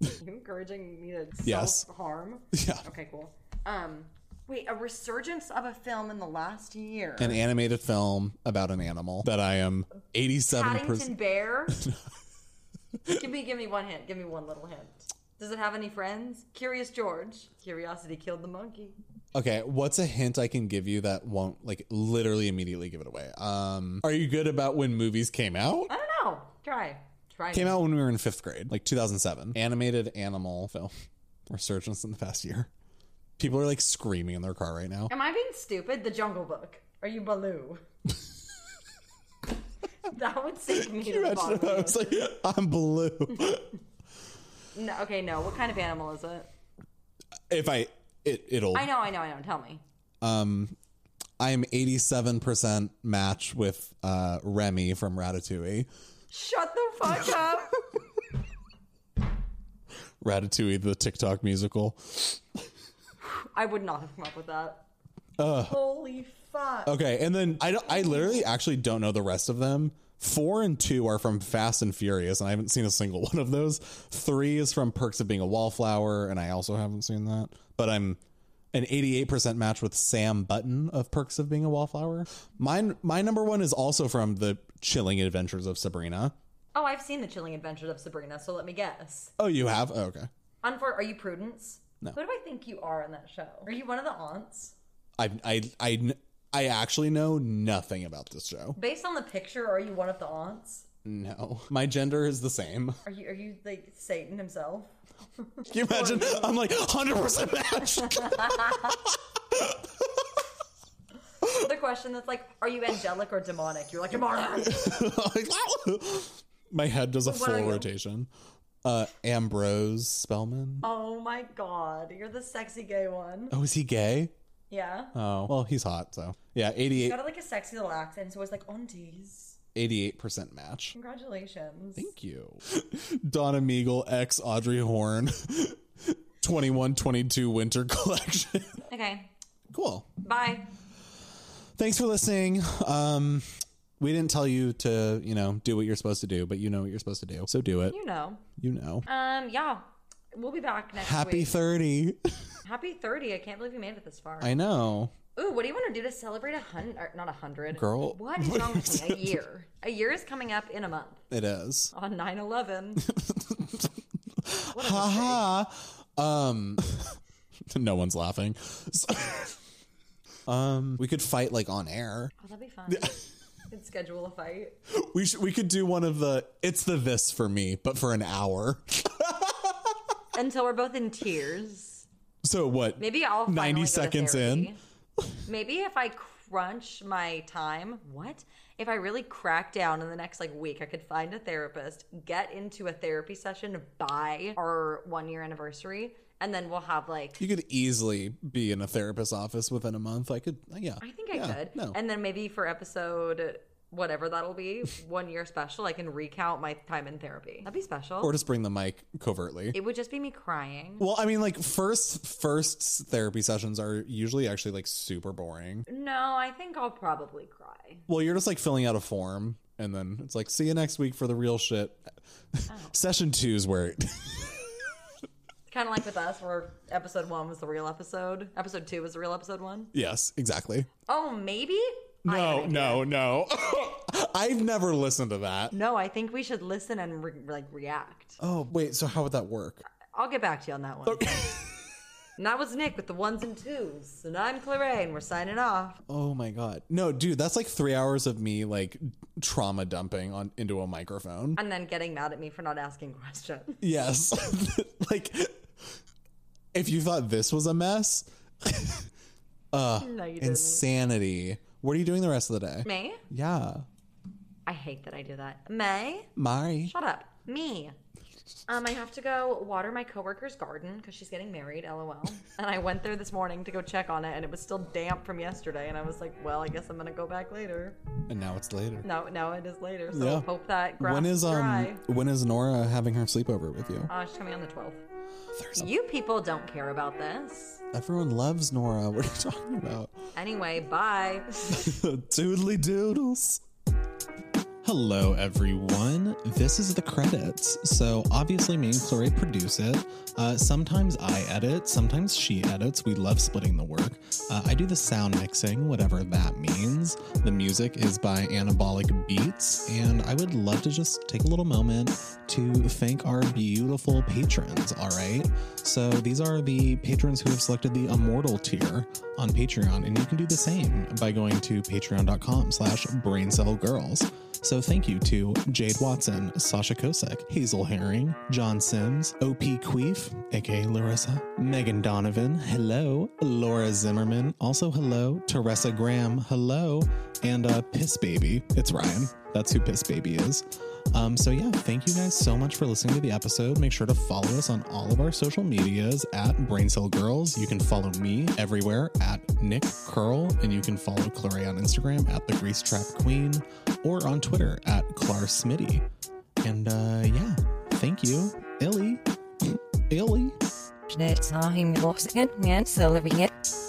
D: You're (laughs) encouraging me to
C: Yes.
D: self harm.
C: Yeah,
D: (laughs) Okay, cool. Um, wait, a resurgence of a film in the last year.
C: an animated film about an animal that I am 87
D: Paddington
C: percent. (laughs)
D: Bear. give me, give me one hint. Give me one little hint. Does it have any friends? Curious George. Curiosity killed the monkey.
C: Okay, what's a hint I can give you that won't like literally immediately give it away? Um, are you good about when movies came out?
D: I don't know. Try. Try.
C: Came out when we were in fifth grade, like 2007. Animated animal film (laughs) resurgence in the past year. People are like screaming in their car right now.
D: Am I being stupid? The Jungle Book. Are you Baloo? that would sink me to
C: (laughs)
D: the
C: Imagine
D: bottom.
C: if I
D: of
C: was like, (laughs) I'm blue.
D: the- No, okay, no. What kind of animal is it?
C: (laughs) if I, it, it'll.
D: I know, I know, I know. Tell me.
C: Um, I'm 87% match with uh, Remy from Ratatouille.
D: Shut
C: (laughs)
D: the fuck up.
C: Ratatouille, the TikTok musical.
D: I would not have come up with that. Holy fuck.
C: Okay, and then I don't, I literally actually don't know the rest of them. Four and two are from Fast and Furious, and I haven't seen a single (laughs) one of those. Three is from Perks of Being a Wallflower, and I also haven't seen that. But I'm an 88% match with Sam Button of Perks of Being a Wallflower. Mine, my number one is also from the Chilling Adventures of Sabrina.
D: Oh, I've seen The Chilling Adventures of Sabrina, so let me guess.
C: Oh, you have? Oh, okay.
D: Unfor- are you Prudence?
C: No.
D: Who do I think you are on that show? Are you one of the aunts?
C: I, I, I, kn- I actually know nothing about this show.
D: Based on the picture, are you one of the aunts?
C: No, my gender is the same. (laughs)
D: Are you are you like Satan himself?
C: Can you imagine? I'm like 100% match.
D: Another question that's like, are you angelic or demonic? You're
C: (laughs)
D: like demonic.
C: Like, "Ow!" (laughs) My head does a
D: are
C: full
D: you?
C: rotation. Uh, Ambrose Spellman.
D: oh my god, you're the sexy gay one.
C: Oh, is he gay?
D: Yeah.
C: Oh, well, he's hot, so yeah, 88
D: Got like a sexy little accent. It's always like aunties.
C: percent match.
D: Congratulations.
C: Thank you, (laughs) Donna Meagle ex Audrey (laughs) Horn, 21 22 winter (laughs) collection.
D: Okay.
C: cool.
D: Bye.
C: Thanks for listening. Um, we didn't tell you to, you know, do what you're supposed to do, but you know what you're supposed to do, so do it.
D: You know.
C: You know.
D: Um. Yeah. We'll be back next
C: Happy
D: week.
C: 30.
D: Happy thirty! I can't believe we made it this far.
C: I know.
D: Ooh, what do you want to do to celebrate a hundred? Or not a hundred,
C: Girl.
D: What is wrong with me? A year. A year is coming up in a month
C: It is.
D: on
C: (laughs)
D: 9-11.
C: haha um (laughs) no one's laughing So- um we could fight like on air
D: Oh, that'd be fun. Could schedule a fight.
C: we should we could do one of the it's the this for me but for an hour
D: Until we're both in tears.
C: so what
D: Maybe I'll finally
C: 90
D: go to
C: seconds
D: therapy.
C: in
D: Maybe if I crunch my time, what? If I really crack down in the next like week, I could find a therapist, get into a therapy session by our one year anniversary, and then we'll have like
C: you could easily be in a therapist's office within a month i could uh, yeah
D: I think I
C: Yeah,
D: could.
C: no
D: And then maybe for episode whatever that'll be, one year special, I can recount my time in therapy. That'd be special.
C: or just bring the mic covertly
D: it would just be me crying.
C: well i mean like first first therapy sessions are usually actually like super boring
D: No, I think I'll probably cry.
C: Well, you're just like filling out a form, and then it's like, see you next week for the real shit.
D: Oh.
C: (laughs) Session two is where it- (laughs)
D: Kind of like with us, where episode one was the real episode, episode two was the real episode one.
C: yes, exactly.
D: Oh, maybe?
C: No,
D: I have an idea.
C: no, no. (laughs) I've never listened to that.
D: No, I think we should listen and re- like react.
C: Oh, wait, so how would that work?
D: I'll get back to you on that one. and that was Nick with the ones and twos, and I'm Claire, and we're signing off.
C: Oh my god. No, dude, that's like three hours of me like trauma dumping on into a microphone.
D: And then getting mad at me for not asking questions.
C: (laughs) Yes. like if you thought this was a mess, (laughs) uh,
D: No, you didn't.
C: insanity. What are you doing the rest of the day?
D: Me?
C: Yeah.
D: I hate that I do that. May?
C: Mari.
D: Shut up. Me. Um, I have to go water my coworker's garden because she's getting married, lol. (laughs) And I went there this morning to go check on it and it was still damp from yesterday. And I was like, well, I guess I'm going to go back later.
C: And now it's later.
D: No, no, it is later. So
C: Yeah.
D: hope that grass
C: when is
D: is dry.
C: um when is Nora having her sleepover with you?
D: Uh, she's coming on the 12th.
C: There's a-
D: You people don't care about this.
C: everyone loves Nora. (laughs) What are you talking about?
D: Anyway, bye. (laughs)
C: Doodly doodles. Hello, everyone. This is the credits. So, obviously, me and Chloe produce it. Uh, sometimes I edit, sometimes she edits. We love splitting the work. Uh, I do the sound mixing, whatever that means. The music is by Anabolic Beats. And I would love to just take a little moment to thank our beautiful patrons, all right? So, these are the patrons who have selected the Immortal tier on Patreon. And you can do the same by going to patreon.com slash braincelgirls. So thank you to Jade Watson, Sasha Kosek, Hazel Herring, John Sims, OP Queef, aka Larissa, Megan Donovan, hello, Laura Zimmerman, also hello, Teresa Graham, hello, and uh, Piss Baby. It's Ryan. That's who Piss Baby is. Um, so yeah, thank you guys so much for listening to the episode. Make sure to follow us on all of our social medias at Braincell Girls. You can follow me everywhere at Nick Curl, and you can follow Clary on Instagram at the Grease Trap Queen or on Twitter at Clar Smitty. And uh, yeah, thank you, Illy, Illy.
B: It's not him, it.